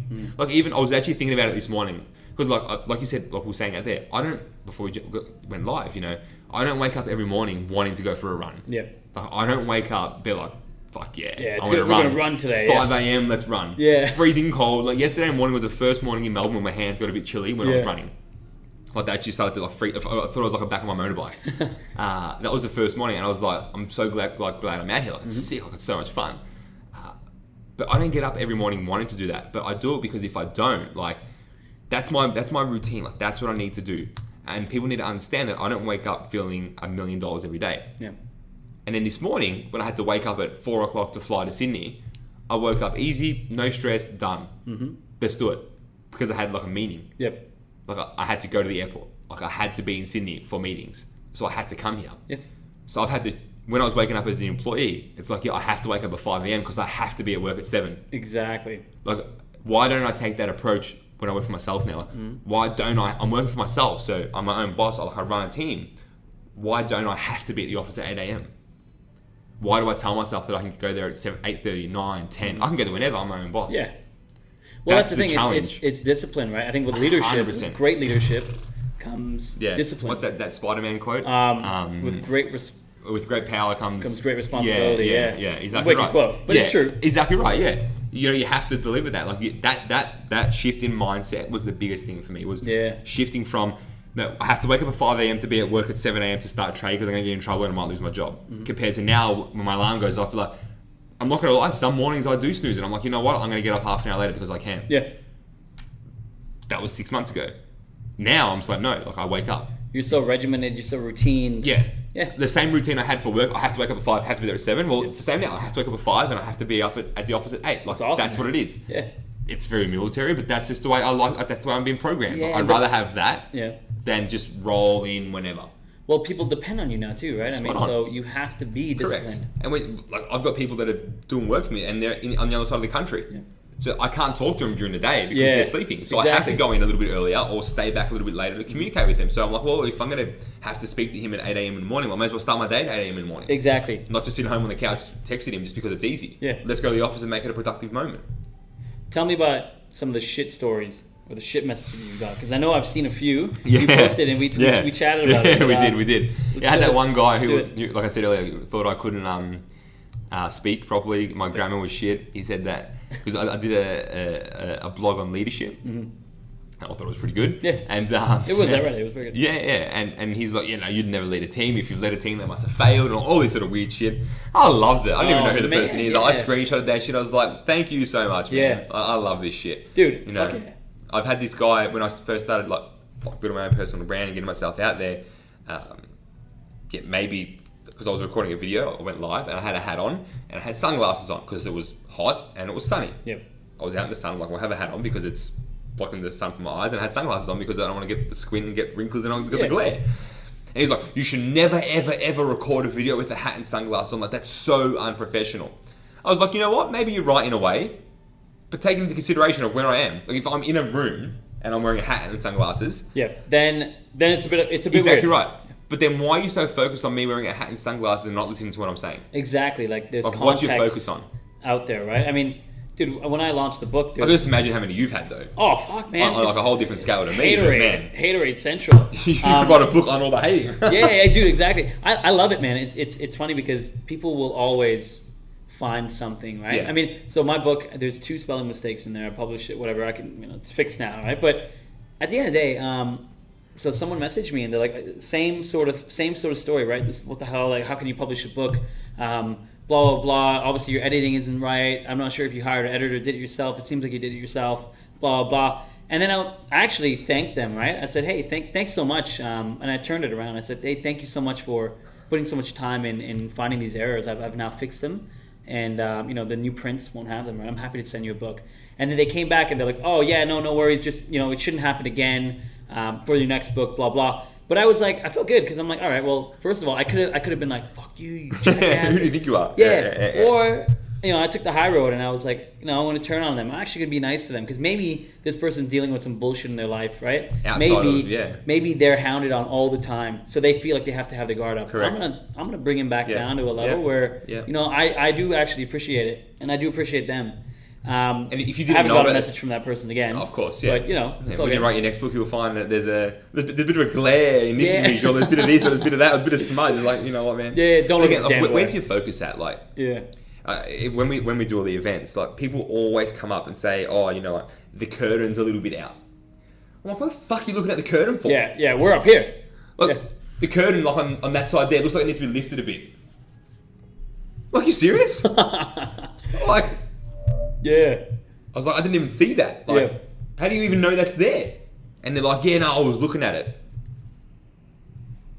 C: Like even I was actually thinking about it this morning because, like I- like you said, like we were saying out there, I don't before we j- went live. You know, I don't wake up every morning wanting to go for a run.
B: yeah.
C: Like, I don't wake up, be like, fuck yeah,
B: Yeah, it's
C: I'm
B: good- we're gonna run today, yeah.
C: 5 a.m., let's run.
B: Yeah.
C: It's freezing cold. Like yesterday morning was the first morning in Melbourne when my hands got a bit chilly when I
B: Yeah.
C: was running. Like that just started to like freak. I thought I was like a back on my motorbike. uh, that was the first morning, and I was like, I'm so glad, like, glad I'm out here. Like it's
B: Mm-hmm.
C: sick. Like it's so much fun. Uh, but I don't get up every morning wanting to do that. But I do it because if I don't, like, that's my that's my routine. Like that's what I need to do. And people need to understand that I don't wake up feeling a million dollars every day.
B: Yeah.
C: And then this morning, when I had to wake up at four o'clock to fly to Sydney, I woke up easy, no stress, done. Mm-hmm. Let's do it because I had like a meeting.
B: Yep.
C: Like I, I had to go to the airport. Like I had to be in Sydney for meetings, so I had to come here.
B: Yeah.
C: So I've had to. When I was waking up as an employee, it's like yeah, I have to wake up at five a.m. because I have to be at work at seven.
B: Exactly.
C: Like, why don't I take that approach when I work for myself now?
B: Mm.
C: Why don't I? I'm working for myself, so I'm my own boss. I, like, I run a team. Why don't I have to be at the office at 8 a.m.? Why do I tell myself that I can go there at 7, 8.30, 9, 10? I can go there whenever. I'm my own boss.
B: Yeah. Well, that's,
C: That's
B: the,
C: the
B: thing. It's,
C: challenge.
B: it's, it's discipline, right? I think with leadership,
C: 100%.
B: with great leadership comes
C: Yeah.
B: discipline.
C: What's that, that Spider-Man quote?
B: Um, with great res-
C: with great power comes,
B: Comes great responsibility, yeah.
C: Yeah, yeah, yeah,
B: It's a
C: exactly
B: wicked
C: right.
B: quote, but
C: yeah,
B: it's true.
C: Exactly right. Yeah, you know, you have to deliver that. Like you, that, that, that shift in mindset was the biggest thing for me. Was
B: Yeah.
C: shifting from no, I have to wake up at five a.m. to be at work at seven a.m. to start trade because I'm going to get in trouble and I might lose my job.
B: Mm-hmm.
C: Compared to now, when my alarm goes off, like I'm not going to lie, some mornings I do snooze and I'm like, you know what, I'm going to get up half an hour later because I can.
B: yeah.
C: That was six months ago. Now I'm just like, no, like I wake up.
B: You're so regimented. You're so routine.
C: Yeah.
B: Yeah.
C: The same routine I had for work. I have to wake up at five. I have to be there at seven. Well, it's the same now. I have to wake up at five, and I have to be up at, at the office at eight. Like that's,
B: awesome,
C: what
B: man.
C: it is.
B: Yeah.
C: It's very military, but that's just the way I like. like, That's the way I'm being programmed.
B: Yeah,
C: Like, I'd
B: but-
C: rather have that
B: Yeah.
C: than just roll in whenever.
B: Well, people depend on you now too, right? I mean,
C: Spot on.
B: so you have to be disciplined.
C: Correct. And when, like I've got people that are doing work for me, and they're in, on the other side of the country. So I can't talk to them during the day because
B: Yeah,
C: they're sleeping. So I have to
B: exactly.
C: go in a little bit earlier or stay back a little bit later to communicate with them. So I'm like, well, if I'm going to have to speak to him at 8 a.m. in the morning, I might as well start my day at 8 a.m. in the morning.
B: Exactly.
C: not just sitting home on the couch texting him just because it's easy.
B: Yeah.
C: Let's go to the office and make it a productive moment.
B: Tell me about some of the shit stories or the shit messages you got, because I know I've seen a few.
C: Yeah.
B: You posted and we we- we, chatted about it.
C: Yeah, we
B: Uh,
C: did, we did. Yeah, I had
B: do
C: that
B: it.
C: one guy who,
B: Let's do
C: who, like I said earlier, thought I couldn't um, uh, speak properly. My grammar was shit. He said that because I, I did a, a, a blog on leadership. I thought it was pretty good.
B: Mm-hmm. Yeah.
C: and um,
B: It was that right? It was very good.
C: Yeah, yeah, and and he's like, you know, you'd never lead a team. If you've led a team, they must have failed, and all this sort of weird shit. I loved it. I don't even
B: Oh,
C: know who the
B: man,
C: person is. I
B: yeah.
C: screenshotted that shit. I was like, thank you so much, man.
B: Yeah.
C: I, I love this shit,
B: Dude,
C: You know,
B: fuck yeah.
C: I've had this guy when I first started like, like building my own personal brand and getting myself out there. Um, yeah, maybe because I was recording a video, I went live and I had a hat on and I had sunglasses on because it was hot and it was sunny.
B: Yep.
C: I was out in the sun. I'm like, well, I have a hat on because it's blocking the sun from my eyes, and I had sunglasses on because I don't want to get the squint and get wrinkles and I get
B: Yeah.
C: the glare. And he's like, you should never, ever, ever record a video with a hat and sunglasses on. Like, that's so unprofessional. I was like, you know what? Maybe you're right in a way, but taking into consideration of where I am, like if I'm in a room and I'm wearing a hat and sunglasses,
B: Yep. Then then it's a bit it's a bit
C: exactly
B: weird.
C: right. But then why are you so focused on me wearing a hat and sunglasses and not listening to what I'm saying?
B: Exactly. Like there's
C: Like, what's
B: context
C: your focus on?
B: out there, right? I mean, dude, when I launched the book,
C: I
B: there's
C: just imagine how many you've had though.
B: oh fuck man,
C: on, on, like
B: it's
C: a whole different scale to me, but man.
B: haterade, haterade central.
C: you
B: Um,
C: wrote a book on all the hating.
B: yeah, yeah, dude, exactly. I, I love it, man. It's it's it's funny because people will always find something, right?
C: Yeah.
B: I mean, so my book, there's two spelling mistakes in there. I published it, whatever. I can, you know, it's fixed now, right? But at the end of the day, um, so someone messaged me and they're like, same sort of same sort of story, right? This what the hell? Like, how can you publish a book? Um, blah blah blah. Obviously, your editing isn't right. I'm not sure if you hired an editor, did it yourself. It seems like you did it yourself. Blah blah. blah. And then I actually thanked them, right? I said, "Hey, thank, thanks so much." Um, and I turned it around. I said, "Hey, thank you so much for putting so much time in, in finding these errors. I've, I've now fixed them, and um, you know the new prints won't have them. Right? I'm happy to send you a book." And then they came back and they're like, "Oh yeah, no, no worries. Just you know, it shouldn't happen again um, for your next book. Blah blah." But I was like, I felt good because I'm like, all right, well, first of all, I could have, I could have been like, fuck you, you jackass.
C: Who do you think you are?
B: yeah. Or you know, I took the high road and I was like, you know, I want to turn on them. I'm actually gonna be nice to them because maybe this person's dealing with some bullshit in their life, right?
C: Outside
B: maybe,
C: of- yeah.
B: Maybe they're hounded on all the time, so they feel like they have to have their guard up.
C: Correct.
B: I'm gonna, I'm gonna bring him back
C: Yeah.
B: down to a level
C: Yeah.
B: where,
C: Yeah.
B: you know, I, I do actually appreciate it and I do appreciate them. Um,
C: And if you
B: I
C: didn't
B: haven't
C: know
B: got a
C: about it-
B: message from that person again.
C: Of course, yeah.
B: But you know,
C: Yeah,
B: it's all
C: when you
B: good.
C: write your next book, you'll find that there's a there's, there's a bit of a glare in this
B: Yeah.
C: image, or there's a bit of this, or there's a bit of that, or there's a bit of smudge. Like you know what, man?
B: Yeah, yeah, don't look
C: Again,
B: at the damn
C: where- Where's
B: word.
C: your focus at? Like
B: Yeah.
C: uh, it- when we when we do all the events, like people always come up and say, "Oh, you know, the curtain's a little bit out." I'm like, "What the fuck are you looking at the curtain for?"
B: Yeah, yeah, we're up here.
C: Look,
B: Yeah.
C: the curtain like on, on that side there looks like it needs to be lifted a bit. Like, you serious? like, I
B: yeah.
C: was like, I didn't even see that. Like,
B: Yeah.
C: how do you even know that's there? And they're like, yeah, no, I was looking at it.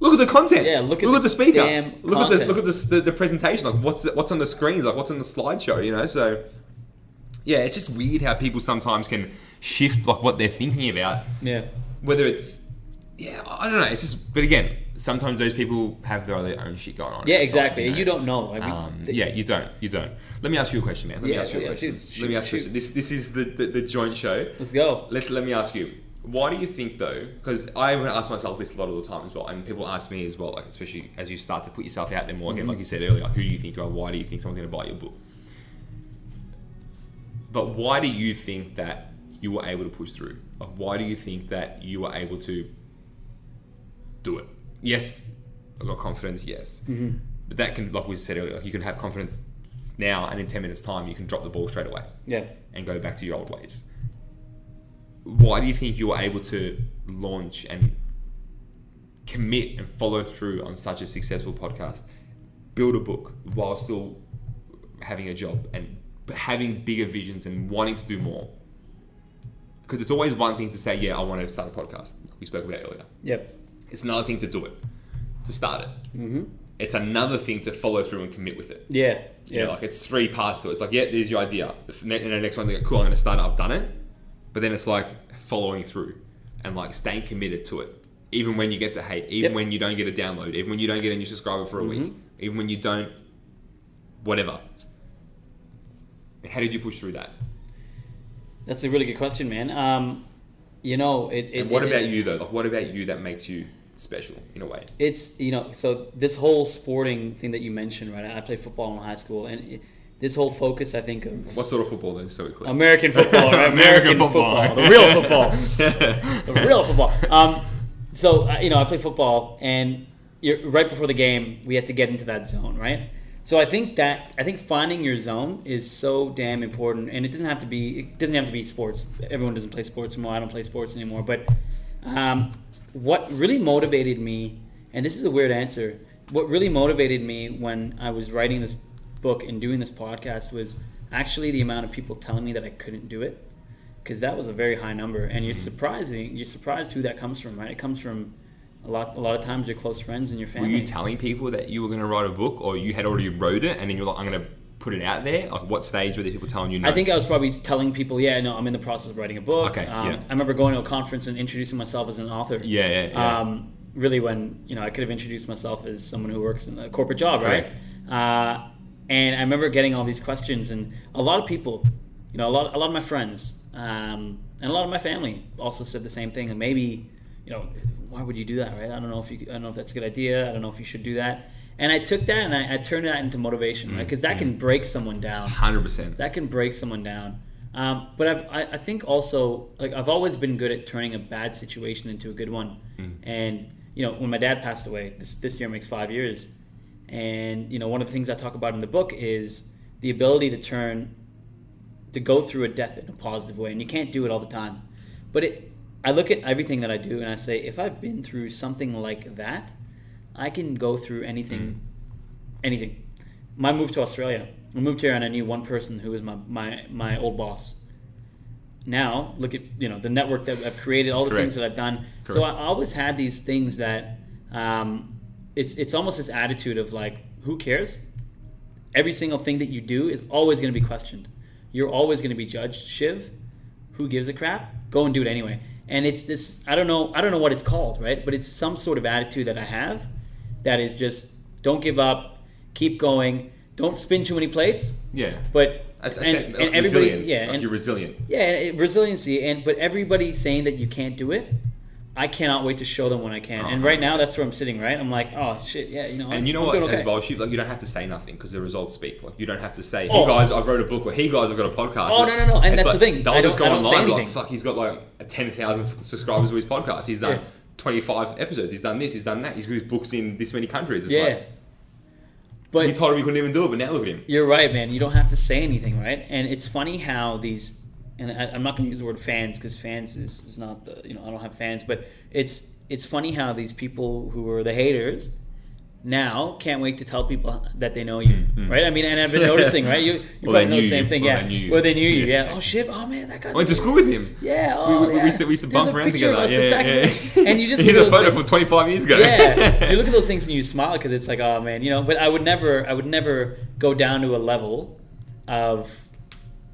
C: Look at the content.
B: Yeah, look at
C: look
B: the
C: at the speaker.
B: damn
C: look at
B: content.
C: the look at the, s- the, the presentation. Like, what's the, what's on the screens? Like, what's on the slideshow? You know, so yeah, it's just weird how people sometimes can shift like what they're thinking about
B: Yeah.
C: whether it's yeah, I I don't know. It's just, but again, sometimes those people have their other own shit going on.
B: Yeah,
C: inside,
B: exactly.
C: know?
B: You don't know. Like, we-
C: Um,
B: th-
C: yeah, you don't. You don't. Let me ask you a question, man. Let me
B: Yeah,
C: ask you a
B: yeah,
C: question.
B: dude,
C: let
B: shoot,
C: me ask you. A
B: shoot.
C: question. This this is the, the the joint show.
B: Let's go.
C: Let's let me ask you. Why do you think though? Because I would ask myself this a lot of the time as well, and people ask me as well, like especially as you start to put yourself out there more. Again, like you said earlier, who do you think you are? Why do you think someone's going to buy your book? But why do you think that you were able to push through? Like, why do you think that you were able to do it? Yes, I got confidence. Yes, but that can, like we said earlier, like you can have confidence now, and in ten minutes' time, you can drop the ball straight away
B: Yeah.
C: and go back to your old ways. Why do you think you were able to launch and commit and follow through on such a successful podcast, build a book while still having a job and having bigger visions and wanting to do more? Because it's always one thing to say, yeah, I want to start a podcast. like We spoke about earlier.
B: Yep.
C: It's another thing to do it, to start it. Mm-hmm. It's another thing to follow through and commit with it.
B: Yeah. Yeah.
C: You know, like it's three parts to it. It's like, yeah, there's your idea. The f- ne- And the next one, they go, cool, I'm going to start it. I've done it. But then it's like following through and like staying committed to it. Even when you get the hate, even
B: Yep. Mm-hmm.
C: when you don't get a download, even when you don't get a new subscriber for a week, even when you don't, whatever. How did you push through that?
B: That's a really good question, man. Um, you know, it. it
C: And what
B: it-
C: about you though? Like, what about you that makes you special in a way?
B: It's you know, so this whole sporting thing that you mentioned, right? I played football in high school, and it, this whole focus, I think, of
C: What sort of football then? So we clear.
B: American football, right? American football, the real football.
C: the
B: real football. Um, so uh, you know, I play football, and you're, right before the game, we had to get into that zone, right? So I think that I think finding your zone is so damn important, and it doesn't have to be it doesn't have to be sports. Everyone doesn't play sports anymore. I don't play sports anymore. But um, what really motivated me, and this is a weird answer, what really motivated me when I was writing this book and doing this podcast was actually the amount of people telling me that I couldn't do it because that was a very high number and
C: Mm-hmm.
B: you're surprising you're surprised who that comes from right it comes from a lot a lot of times your close friends and your
C: Were
B: family
C: you telling people that you were going to write a book, or you had already wrote it, and then you're like, "I'm going to put it out there"? Like, what stage were these people telling you? No?
B: I think I was probably telling people, yeah, no, I'm in the process of writing a book.
C: Okay,
B: um,
C: yeah.
B: I remember going to a conference and introducing myself as an author.
C: Yeah, yeah, yeah.
B: Um, really, when you know, I could have introduced myself as someone who works in a corporate job,
C: Correct.
B: right? Uh, and I remember getting all these questions, and a lot of people, you know, a lot, a lot of my friends, um, and a lot of my family also said the same thing. And maybe, you know, why would you do that, right? I don't know if you, I don't know if that's a good idea. I don't know if you should do that. And I took that and I, I turned that into motivation,
C: Mm,
B: right? Because that can break someone down
C: hundred percent.
B: that can break someone down. Um, but I've, I, I think also like I've always been good at turning a bad situation into a good one. And you know, when my dad passed away, this this year makes five years. And you know, one of the things I talk about in the book is the ability to turn to go through a death in a positive way, and you can't do it all the time. But it, I look at everything that I do, and I say, if I've been through something like that, I can go through anything anything. My move to Australia. I moved here and I knew one person who was my, my, my old boss. Now look at you know the network that I've created, all the things
C: Correct.
B: that I've done. So I
C: Correct.
B: always had these things that um, it's it's almost this attitude of like who cares? Every single thing that you do is always going to be questioned. You're always going to be judged. Shiv, who gives a crap? Go and do it anyway. and it's this i don't know i don't know what it's called right but it's some sort of attitude that i have that is just don't give up keep going don't spin too many plates
C: Yeah.
B: but
C: I s- I
B: and,
C: said,
B: and
C: uh,
B: everybody
C: resilience.
B: yeah
C: like
B: and,
C: you're resilient.
B: yeah and resiliency and but everybody's saying that you can't do it i cannot wait to show them when i can
C: Oh,
B: and right now that's where i'm sitting right i'm like oh shit yeah you know
C: And you know
B: I'm
C: what?
B: doing
C: As
B: okay.
C: well, she, like you don't have to say nothing because the results speak. Like you don't have to say, "Hey
B: Oh.
C: guys, I wrote a book," or "Hey guys, I've got a podcast."
B: Oh, no, no, no, and
C: It's
B: that's
C: like,
B: the thing.
C: They'll
B: I
C: just go
B: don't- I don't say
C: online. Like,
B: anything.
C: fuck, he's got like ten thousand subscribers with his podcast. He's done
B: Yeah.
C: twenty-five episodes. He's done this. He's done that. He's got his books in this many countries. It's
B: yeah
C: Like,
B: but
C: you told him he couldn't even do it, but now look at him.
B: You're right, man. You don't have to say anything, right? And it's funny how these, and I, I'm not going to use the word fans because fans is, is not the, you know, I don't have fans, but it's it's funny how these people who are the haters now can't wait to tell people that they know you,
C: mm.
B: right? I mean, and I've been noticing, right? You, you
C: Or
B: probably
C: they
B: know
C: knew
B: the same
C: you.
B: thing,
C: Or
B: yeah.
C: they knew you.
B: Well, they knew you,
C: Yeah.
B: yeah. Oh shit! Oh man, that guy
C: I went to school with him.
B: Yeah,
C: We,
B: oh,
C: we, we
B: yeah.
C: used to, we used to
B: There's a
C: bump around
B: picture
C: together.
B: of us,
C: yeah,
B: exactly.
C: yeah.
B: And you just
C: here's
B: do
C: a
B: those
C: photo
B: things.
C: from 25 years ago.
B: yeah, you look at those things and you smile because it's like, oh man, you know. But I would never, I would never go down to a level of,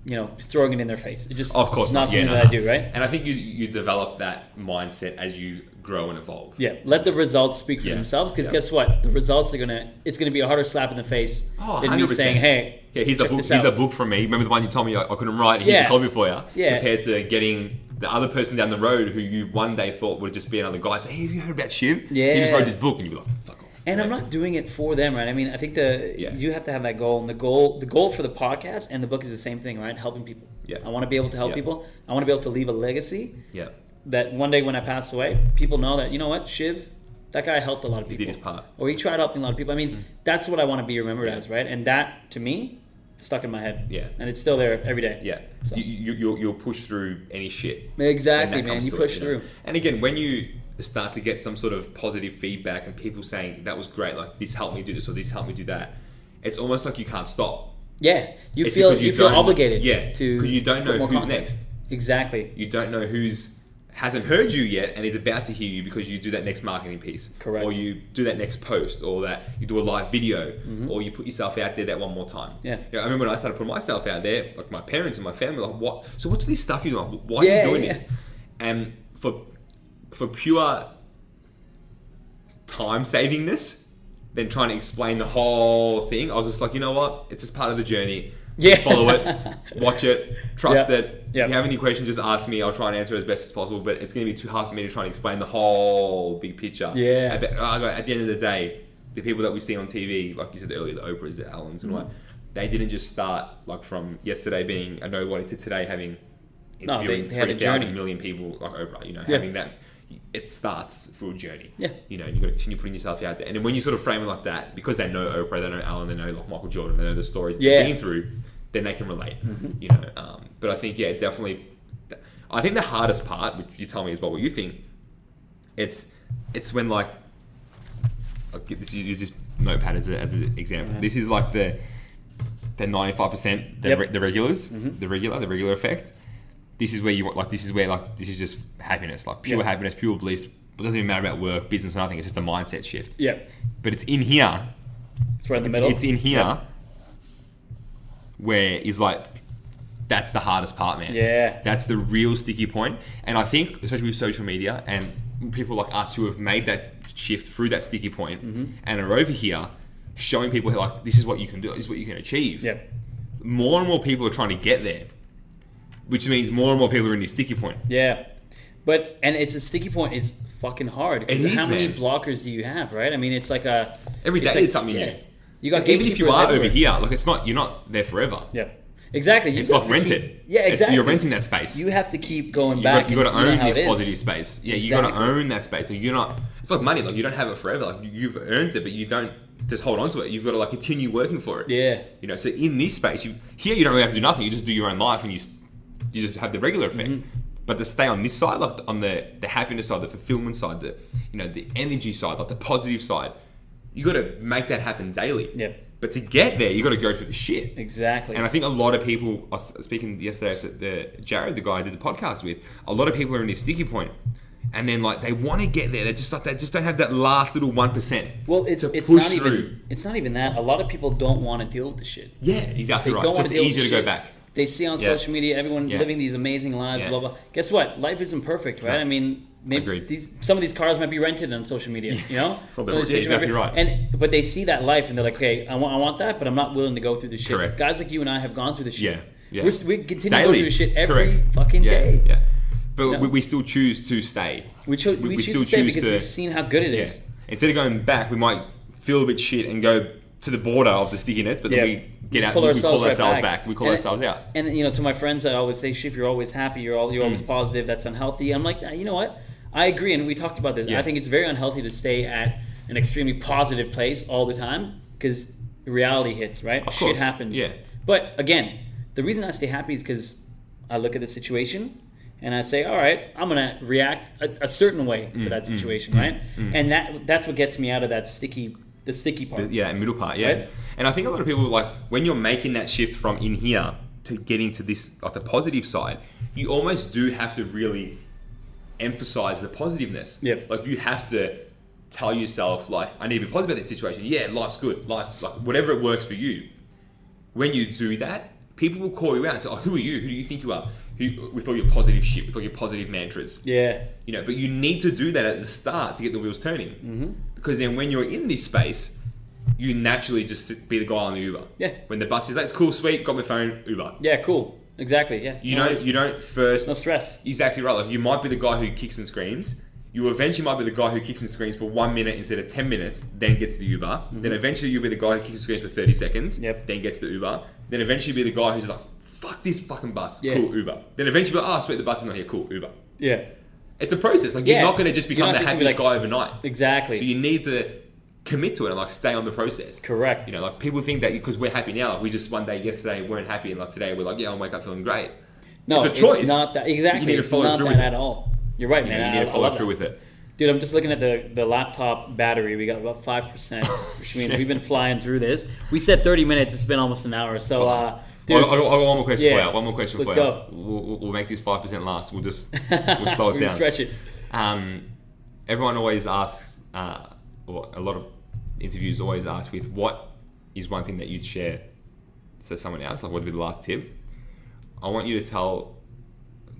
B: you know, throwing it in their face. It just,
C: Of course
B: it's not
C: Yeah,
B: something
C: no,
B: that
C: no.
B: I do, right?
C: And I think you you develop that mindset as you grow and evolve.
B: Yeah, let the results speak for
C: Yeah.
B: themselves. Because
C: Yeah.
B: guess what? The results are gonna, it's gonna be a harder slap in the face
C: Oh,
B: than me
C: 100%.
B: saying, hey,
C: Yeah, here's a
B: check
C: book.
B: this
C: Here's a
B: out.
C: book from me. Remember the one you told me I, I couldn't write? Here's
B: Yeah.
C: a copy for you.
B: Yeah.
C: Compared to getting the other person down the road who you one day thought would just be another guy. Say, hey, have you heard about Shiv? He just
B: Yeah.
C: wrote this book, and you'd be like, fuck off.
B: And I'm
C: Like,
B: not doing it for them, right? I mean, I think the
C: Yeah.
B: you have to have that goal, and the goal the goal for the podcast and the book is the same thing, right? Helping people.
C: Yeah.
B: I want to be able to help
C: Yeah.
B: people. I want to be able to leave a legacy.
C: Yeah.
B: that one day when I pass away, people know that you know what Shiv, that guy helped a lot of
C: He
B: people.
C: did his part. Mm-hmm.
B: or he tried helping a lot of people. I mean, that's what I want to be remembered as, right? And that to me stuck in my head.
C: Yeah.
B: and it's still there every day.
C: Yeah.
B: So-
C: You, you, you'll, you'll push through any shit. when
B: exactly,
C: that
B: man.
C: comes
B: You
C: to
B: push
C: it,
B: through.
C: know. And again, when you start to get some sort of positive feedback and people saying that was great, like this helped me do this or this helped me do that, it's almost like you can't stop.
B: Yeah, you
C: It's
B: feel
C: because
B: you,
C: you
B: feel
C: don't-
B: obligated.
C: yeah,
B: to
C: 'cause you don't
B: put
C: know
B: more
C: who's
B: content.
C: next.
B: Exactly.
C: You don't know who's hasn't heard you yet and is about to hear you because you do that next marketing piece,
B: Correct.
C: Or you do that next post, or that you do a live video, or you put yourself out there that one more time.
B: Mm-hmm. Yeah.
C: You know, I remember when I started putting myself out there, like my parents and my family, were like what? So what's this stuff you're doing? Why are
B: Yeah,
C: you doing
B: yeah.
C: this? And for for pure time savingness than trying to explain the whole thing. I was just like, you know what? It's just part of the journey.
B: Yeah.
C: Follow it, watch it, trust
B: Yeah.
C: it.
B: Yeah.
C: If you have any questions, just ask me. I'll try and answer as best as possible. But it's going to be too hard for me to try and explain the whole big picture.
B: Yeah.
C: At the, uh, at the end of the day, the people that we see on TV, like you said earlier, the Oprahs, the Allens,
B: Mm.
C: and what, they didn't just start like from yesterday being a nobody to today having
B: No, they-
C: interviewing
B: they had a
C: three thousand
B: journey.
C: million people like Oprah. You know,
B: Yeah.
C: having that it starts through a journey.
B: Yeah.
C: You know, and you've got to continue putting yourself out there. And then when you sort of frame it like that, because they know Oprah, they know Alan, they know like Michael Jordan, they know the stories
B: Yeah. Mm-hmm.
C: they've been through, then they can relate. You know, um, but I think yeah, definitely. I think the hardest part, which you tell me as well, what you think, it's it's when like I'll get this use this notepad as, a, as an example.
B: Yeah.
C: This is like the the ninety five percent the
B: Yep. Mm-hmm.
C: re- the regulars, the regular, the regular effect. This is where you want like this is where like this is just happiness, like pure
B: Yeah.
C: happiness, pure bliss. It doesn't even matter about work, business, or nothing. It's just a mindset shift.
B: Yeah,
C: But it's in here
B: it's right in the
C: it's,
B: middle.
C: it's in here where is like that's the hardest part, man.
B: Yeah.
C: That's the real sticky point. And I think, especially with social media and people like us who have made that shift through that sticky point
B: Mm-hmm.
C: and are over here showing people like this is what you can do, this is what you can achieve.
B: yeah,
C: More and more people are trying to get there. Which means more and more people are in this sticky point.
B: yeah. But and it's a sticky point. It's fucking hard. 'cause
C: It is,
B: how many
C: man.
B: blockers do you have, right? I mean, it's like a
C: Every day
B: it's like-
C: is something
B: yeah.
C: new.
B: You got
C: Even if you
B: gatekeepers
C: are over
B: everywhere.
C: here, like it's not you're not there forever.
B: Yeah, exactly. You
C: It's
B: got
C: like
B: to
C: rented.
B: keep- Yeah,
C: It's-
B: exactly.
C: you're renting that space.
B: You have to keep going
C: you
B: back.
C: got, you got to
B: and you know
C: own
B: how
C: this
B: it is.
C: positive space. Yeah, you got to
B: Exactly.
C: own that space. So you're not. It's like money. Like you don't have it forever. Like you- you've earned it, but you don't just hold on to it. You've got to like continue working for it.
B: Yeah.
C: You know. So in this space, you here you don't really have to do nothing. You just do your own life, and you s- you just have the regular effect.
B: Mm-hmm.
C: But to stay on this side, like on the the happiness side, the fulfillment side, the you know the energy side, like the positive side, you got to make that happen daily.
B: Yep.
C: But to get there, you got to go through the shit.
B: Exactly.
C: And I think a lot of people, I was speaking yesterday to the, Jared, the guy I did the podcast with, a lot of people are in this sticky point. And then like they want to get there, they just like they just don't have that last little one percent.
B: well, it's
C: to
B: it's
C: push
B: not
C: through.
B: even it's not even that. A lot of people don't want to deal with the shit.
C: Yeah, exactly
B: They
C: right.
B: don't
C: So
B: wanna
C: it's
B: deal with
C: easier to
B: shit.
C: go back.
B: they see on
C: Yeah.
B: social media everyone
C: Yeah.
B: living these amazing lives,
C: Yeah.
B: blah blah. Guess what? Life isn't perfect, right?
C: No.
B: I mean, maybe
C: Agreed.
B: these some of these cars might be rented on social media, you know.
C: For the
B: Some of these
C: rookies,
B: pictures might be-
C: exactly right.
B: And but they see that life and they're like, okay, I want, I want that, but I'm not willing to go through the shit.
C: Correct.
B: Guys like you and I have gone through the shit.
C: Yeah, yeah.
B: We're, we continue to go through the shit every
C: Correct.
B: fucking
C: Yeah,
B: day.
C: Yeah, but
B: No.
C: we, we still choose to stay.
B: We, cho- we,
C: We- we
B: choose
C: still
B: to stay
C: choose
B: because
C: to-
B: we've seen how good it
C: Yeah.
B: is.
C: Instead of going back, we might feel a bit shit and go to the border of the stickiness, but then
B: Yeah.
C: we get out.
B: pull
C: we
B: ourselves,
C: pull
B: right
C: ourselves
B: back.
C: back. We call
B: And-
C: ourselves out.
B: And you know, to my friends, I always say, "Shif, you're always happy. You're all you're
C: Mm.
B: always positive. That's unhealthy." I'm like, "Nah, you know what? I agree, and we talked about this.
C: Yeah.
B: I think it's very unhealthy to stay at an extremely positive place all the time because reality hits. Right?
C: Of
B: Shit
C: course,
B: happens.
C: yeah.
B: But again, the reason I stay happy is because I look at the situation. And I say, all right, I'm gonna react a, a certain way
C: Mm,
B: to that situation, right? And that that's what gets me out of that sticky, the sticky part.
C: The- yeah, that middle part. Yeah,
B: Right?
C: and I think a lot of people like when you're making that shift from in here to getting to this like the positive side, you almost do have to really emphasize the positiveness.
B: Yep.
C: like you have to tell yourself like I need to be positive about this situation. Yeah, life's good. Life's like whatever it works for you. When you do that, people will call you out and say, "Oh, who are you? Who do you think you are?" Who, with all your positive shit, with all your positive mantras
B: Yeah.
C: you know but you need to do that at the start to get the wheels turning mm-hmm. because then when you're in this space you naturally just sit- be the guy on the uber
B: Yeah.
C: when the bus is like it's cool sweet got my phone uber
B: Yeah. Cool. Exactly. Yeah.
C: you
B: No
C: don't
B: worries.
C: you don't first
B: No stress.
C: exactly right like you might be the guy who kicks and screams you eventually might be the guy who kicks and screams for one minute instead of 10 minutes, then gets the Uber. Then eventually you'll be the guy who kicks and screams for 30 seconds,
B: Mm-hmm. Yep.
C: then gets the Uber. Then eventually be the guy who's like, fuck this fucking bus,
B: Yeah.
C: cool Uber. Then eventually be like, oh, sweet, the bus is not here, cool Uber.
B: Yeah.
C: It's a process. Like
B: Yeah.
C: you're not going to just
B: You're
C: become
B: not
C: the
B: just gonna be
C: happiest
B: like-
C: guy overnight.
B: Exactly.
C: So you need to commit to it and like stay on the process.
B: Correct.
C: You know, like people think that because we're happy now, like, we just one day yesterday weren't happy, and like today we're like, yeah, I'll wake up feeling great.
B: no,
C: it's a choice.
B: not that exactly.
C: You need to
B: it's
C: follow
B: not
C: through
B: that
C: with
B: at
C: it.
B: all. You're right,
C: You, know,
B: man. I-
C: you need to
B: I
C: follow
B: love
C: through
B: that.
C: with it.
B: Dude, I'm just looking at the, the laptop battery. We got about five percent, which means
C: shit.
B: we've been flying through this. We said 30 minutes. It's been almost an hour. So, uh,
C: I,
B: dude,
C: I, I got one more question
B: Yeah.
C: for you. One more question
B: Let's
C: for
B: go.
C: you. We'll, we'll- we'll make this five percent last. We'll just we'll slow it
B: we can
C: down.
B: stretch it.
C: Um, everyone always asks, uh, or a lot of interviews always ask, with what is one thing that you'd share to someone else? Like, what would be the last tip? I want you to tell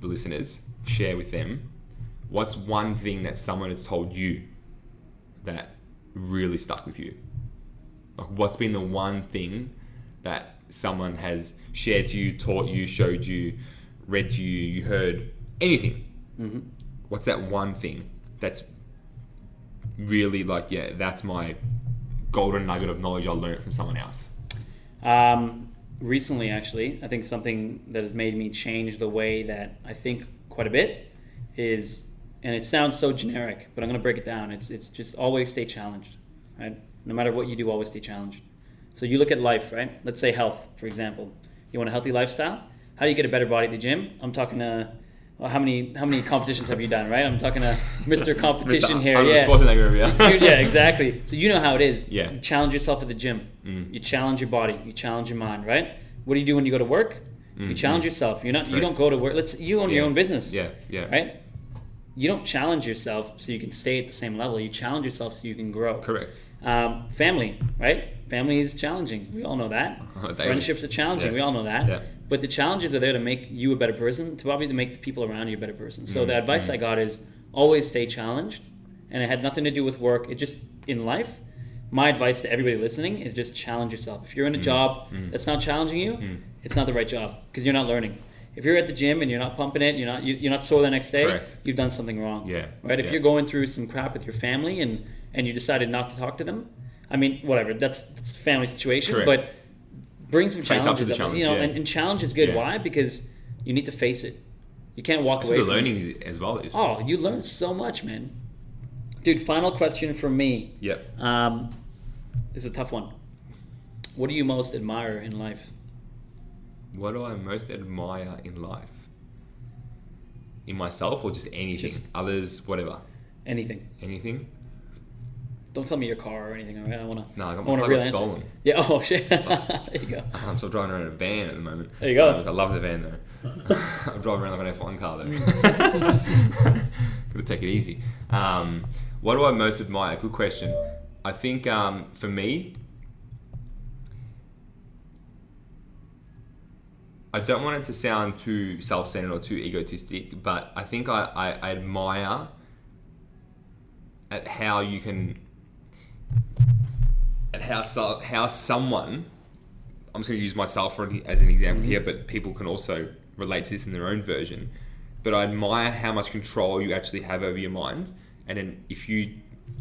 C: the listeners, share with them, what's one thing that someone has told you that really stuck with you? Like, what's been the one thing that someone has shared to you, taught you, showed you, read to you, you heard, anything?
B: Mm-hmm.
C: what's that one thing that's really like yeah that's my golden nugget of knowledge i learned from someone else
B: Um, recently, actually, I think something that has made me change the way that I think quite a bit is, and it sounds so generic, but I'm going to break it down. It's it's just always stay challenged, right? No matter what you do, always stay challenged. So you look at life, right? Let's say health, for example. You want a healthy lifestyle. How do you get a better body at the gym? I'm talking to. Well, how many how many competitions have you done, right? I'm talking to Mr. Competition
C: Mr.
B: here.
C: Arnold
B: yeah.
C: Schwarzenegger, yeah.
B: You- yeah, exactly. So you know how it is.
C: Yeah.
B: You challenge yourself at the gym.
C: Mm.
B: You challenge your body. You challenge your mind. Right. What do you do when you go to work? You challenge yourself. You're not. You don't
C: Correct.
B: go to work. Let's. You own your
C: Mm-hmm. Yeah.
B: own business.
C: yeah yeah
B: Right. You don't challenge yourself so you can stay at the same level. You challenge yourself so you can grow.
C: correct
B: Um, family, right? Family is challenging. We all know that.
C: Daily.
B: Friendships are challenging.
C: Yeah.
B: We all know that.
C: Yeah.
B: But the challenges are there to make you a better person, to probably to make the people around you a better person.
C: Mm,
B: So the advice I got is always stay challenged, and it had nothing to do with work. It just in life. My advice to everybody listening is just challenge yourself. If you're
C: Mm,
B: in a job that's not challenging you, it's not the right job because you're not learning. If you're at the gym and you're not pumping it, you're not you- you're not sore the next day.
C: Correct.
B: You've done something wrong.
C: Yeah,
B: Right. If
C: yeah.
B: you're going through some crap with your family and and you decided not to talk to them, I mean, whatever. That's, that's family situation.
C: Correct.
B: But bring some
C: Face
B: challenges.
C: up to the
B: you know,
C: challenge, yeah.
B: and, and challenge is good.
C: Yeah.
B: Why? Because you need to face it. You can't walk
C: that's
B: away.
C: what the
B: from it.
C: learning is- as well is
B: Oh, you learn so much, man. Dude, final question for me.
C: yep
B: Um, this is a tough one. What do you most admire in life?
C: what do i most admire in life in myself or just anything
B: Just-
C: others whatever
B: Anything.
C: anything
B: Don't tell me your car or anything. All right, I want to.
C: No, I got my
B: want a
C: car
B: real
C: got
B: answer.
C: stolen.
B: Yeah. Oh shit. there you go.
C: i'm still driving around in a van at the moment
B: There you go.
C: Like, i love the van though i'm driving around like an f1 car though gotta take it easy. Um, what do I most admire? Good question. I think um, for me, I don't want it to sound too self-centered or too egotistic, but I think I, I, I admire at how you can at how so, how someone I'm just going to use myself for, an- as an example here, but people can also relate to this in their own version. But I admire how much control you actually have over your mind, and then if you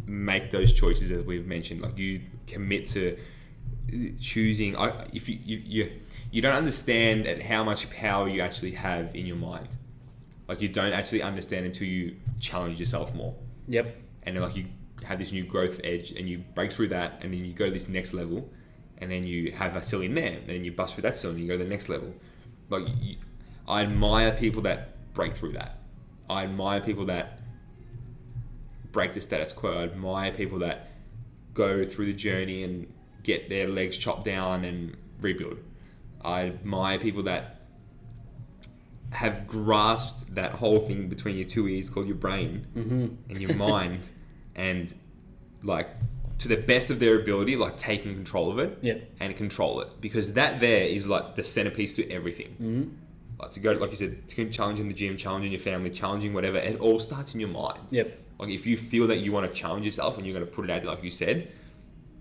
C: make those choices as we've mentioned, like you commit to uh, choosing. I, if you, you you you don't understand at how much power you actually have in your mind, like you don't actually understand until you challenge yourself more
B: Yep.
C: and then like you have this new growth edge and you break through that and then you go to this next level and then you have a ceiling there and then you bust through that ceiling and you go to the next level like you, i admire people that break through that i admire people that break the status quo i admire people that go through the journey and get their legs chopped down and rebuild i admire people that have grasped that whole thing between your two ears called your brain and your mind and like to the best of their ability like taking control of it
B: Yep.
C: and control it because that there is like the centerpiece to everything like to go like you said to challenging the gym challenging your family challenging whatever it all starts in your mind
B: Yep.
C: like if you feel that you want to challenge yourself and you're going to put it out there like you said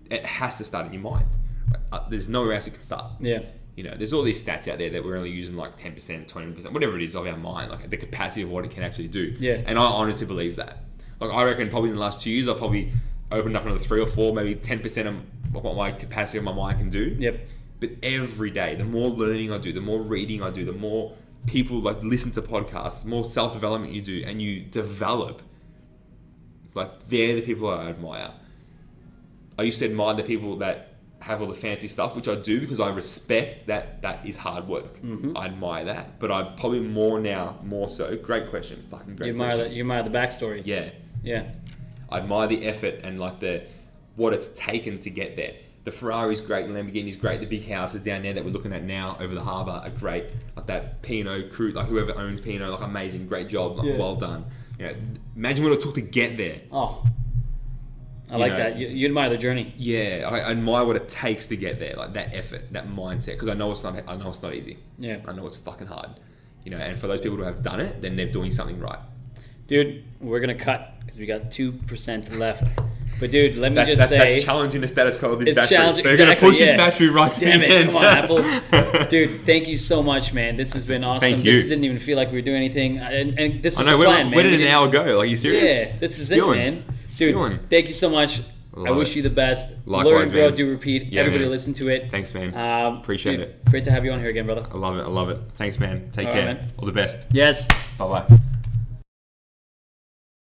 C: it has to start in your mind Like, uh, there's nowhere else it can start
B: Yeah.
C: you know, there's all these stats out there that we're only using like 10%, 20%, whatever it is of our mind, like the capacity of what it can actually do.
B: Yeah.
C: And I honestly believe that. Like, I reckon probably in the last two years, I've probably opened up another three or four, maybe 10% of what my capacity of my mind can do.
B: Yep.
C: But every day, the more learning I do, the more reading I do, the more people like listen to podcasts, the more self development you do, and you develop. Like, they're the people I admire. I used to admire the people that have all the fancy stuff, which I do because I respect that that is hard work.
B: Mm-hmm.
C: I admire that, but I probably more now, more so. Great question, fucking great
B: You admire
C: question.
B: the, you admire the backstory.
C: Yeah,
B: Yeah.
C: I admire the effort and like the what it's taken to get there. The Ferrari's great, the Lamborghini's great, the big houses down there that we're looking at now over the harbour are great. Like that P and O crew, like whoever owns P and O, like amazing, great job, like
B: Yeah.
C: well done. You know, imagine what it took to get there.
B: Oh. I like
C: know-
B: that. You, you admire the journey.
C: Yeah, I I admire what it takes to get there, like that effort, that mindset. Because I know it's not, I know it's not easy.
B: Yeah.
C: I know it's fucking hard, you know. And for those people who have done it, then they're doing something right.
B: Dude, we're going to cut because we got 2% left. But, dude, let me
C: That's,
B: just
C: that,
B: say.
C: that's challenging the status quo of this
B: It's
C: battery.
B: challenging-
C: They're going to
B: exactly,
C: push
B: yeah.
C: this battery right to
B: Damn
C: the
B: it,
C: end.
B: come on, Apple. Dude, thank you so much, man. This has been awesome.
C: Thank
B: This
C: you.
B: didn't even feel like we were doing anything. I- And, and this
C: I
B: was
C: know.
B: the
C: Where,
B: plan, man.
C: where did
B: We
C: an
B: didn't-
C: hour go? Like, are you serious?
B: Yeah, this is
C: Spewing.
B: it, man. Dude,
C: Spewing.
B: thank you so much. I
C: Love
B: wish
C: it.
B: you the best. Learn,
C: Likewise,
B: grow,
C: man.
B: do, repeat.
C: Yeah,
B: Everybody
C: man.
B: listen to it.
C: Thanks, man.
B: Um,
C: Appreciate
B: dude,
C: it.
B: Great to have you on here again, brother.
C: I love it. I love it. Thanks, man. Take
B: All right,
C: care.
B: man.
C: All the best.
B: Yes.
C: Bye bye.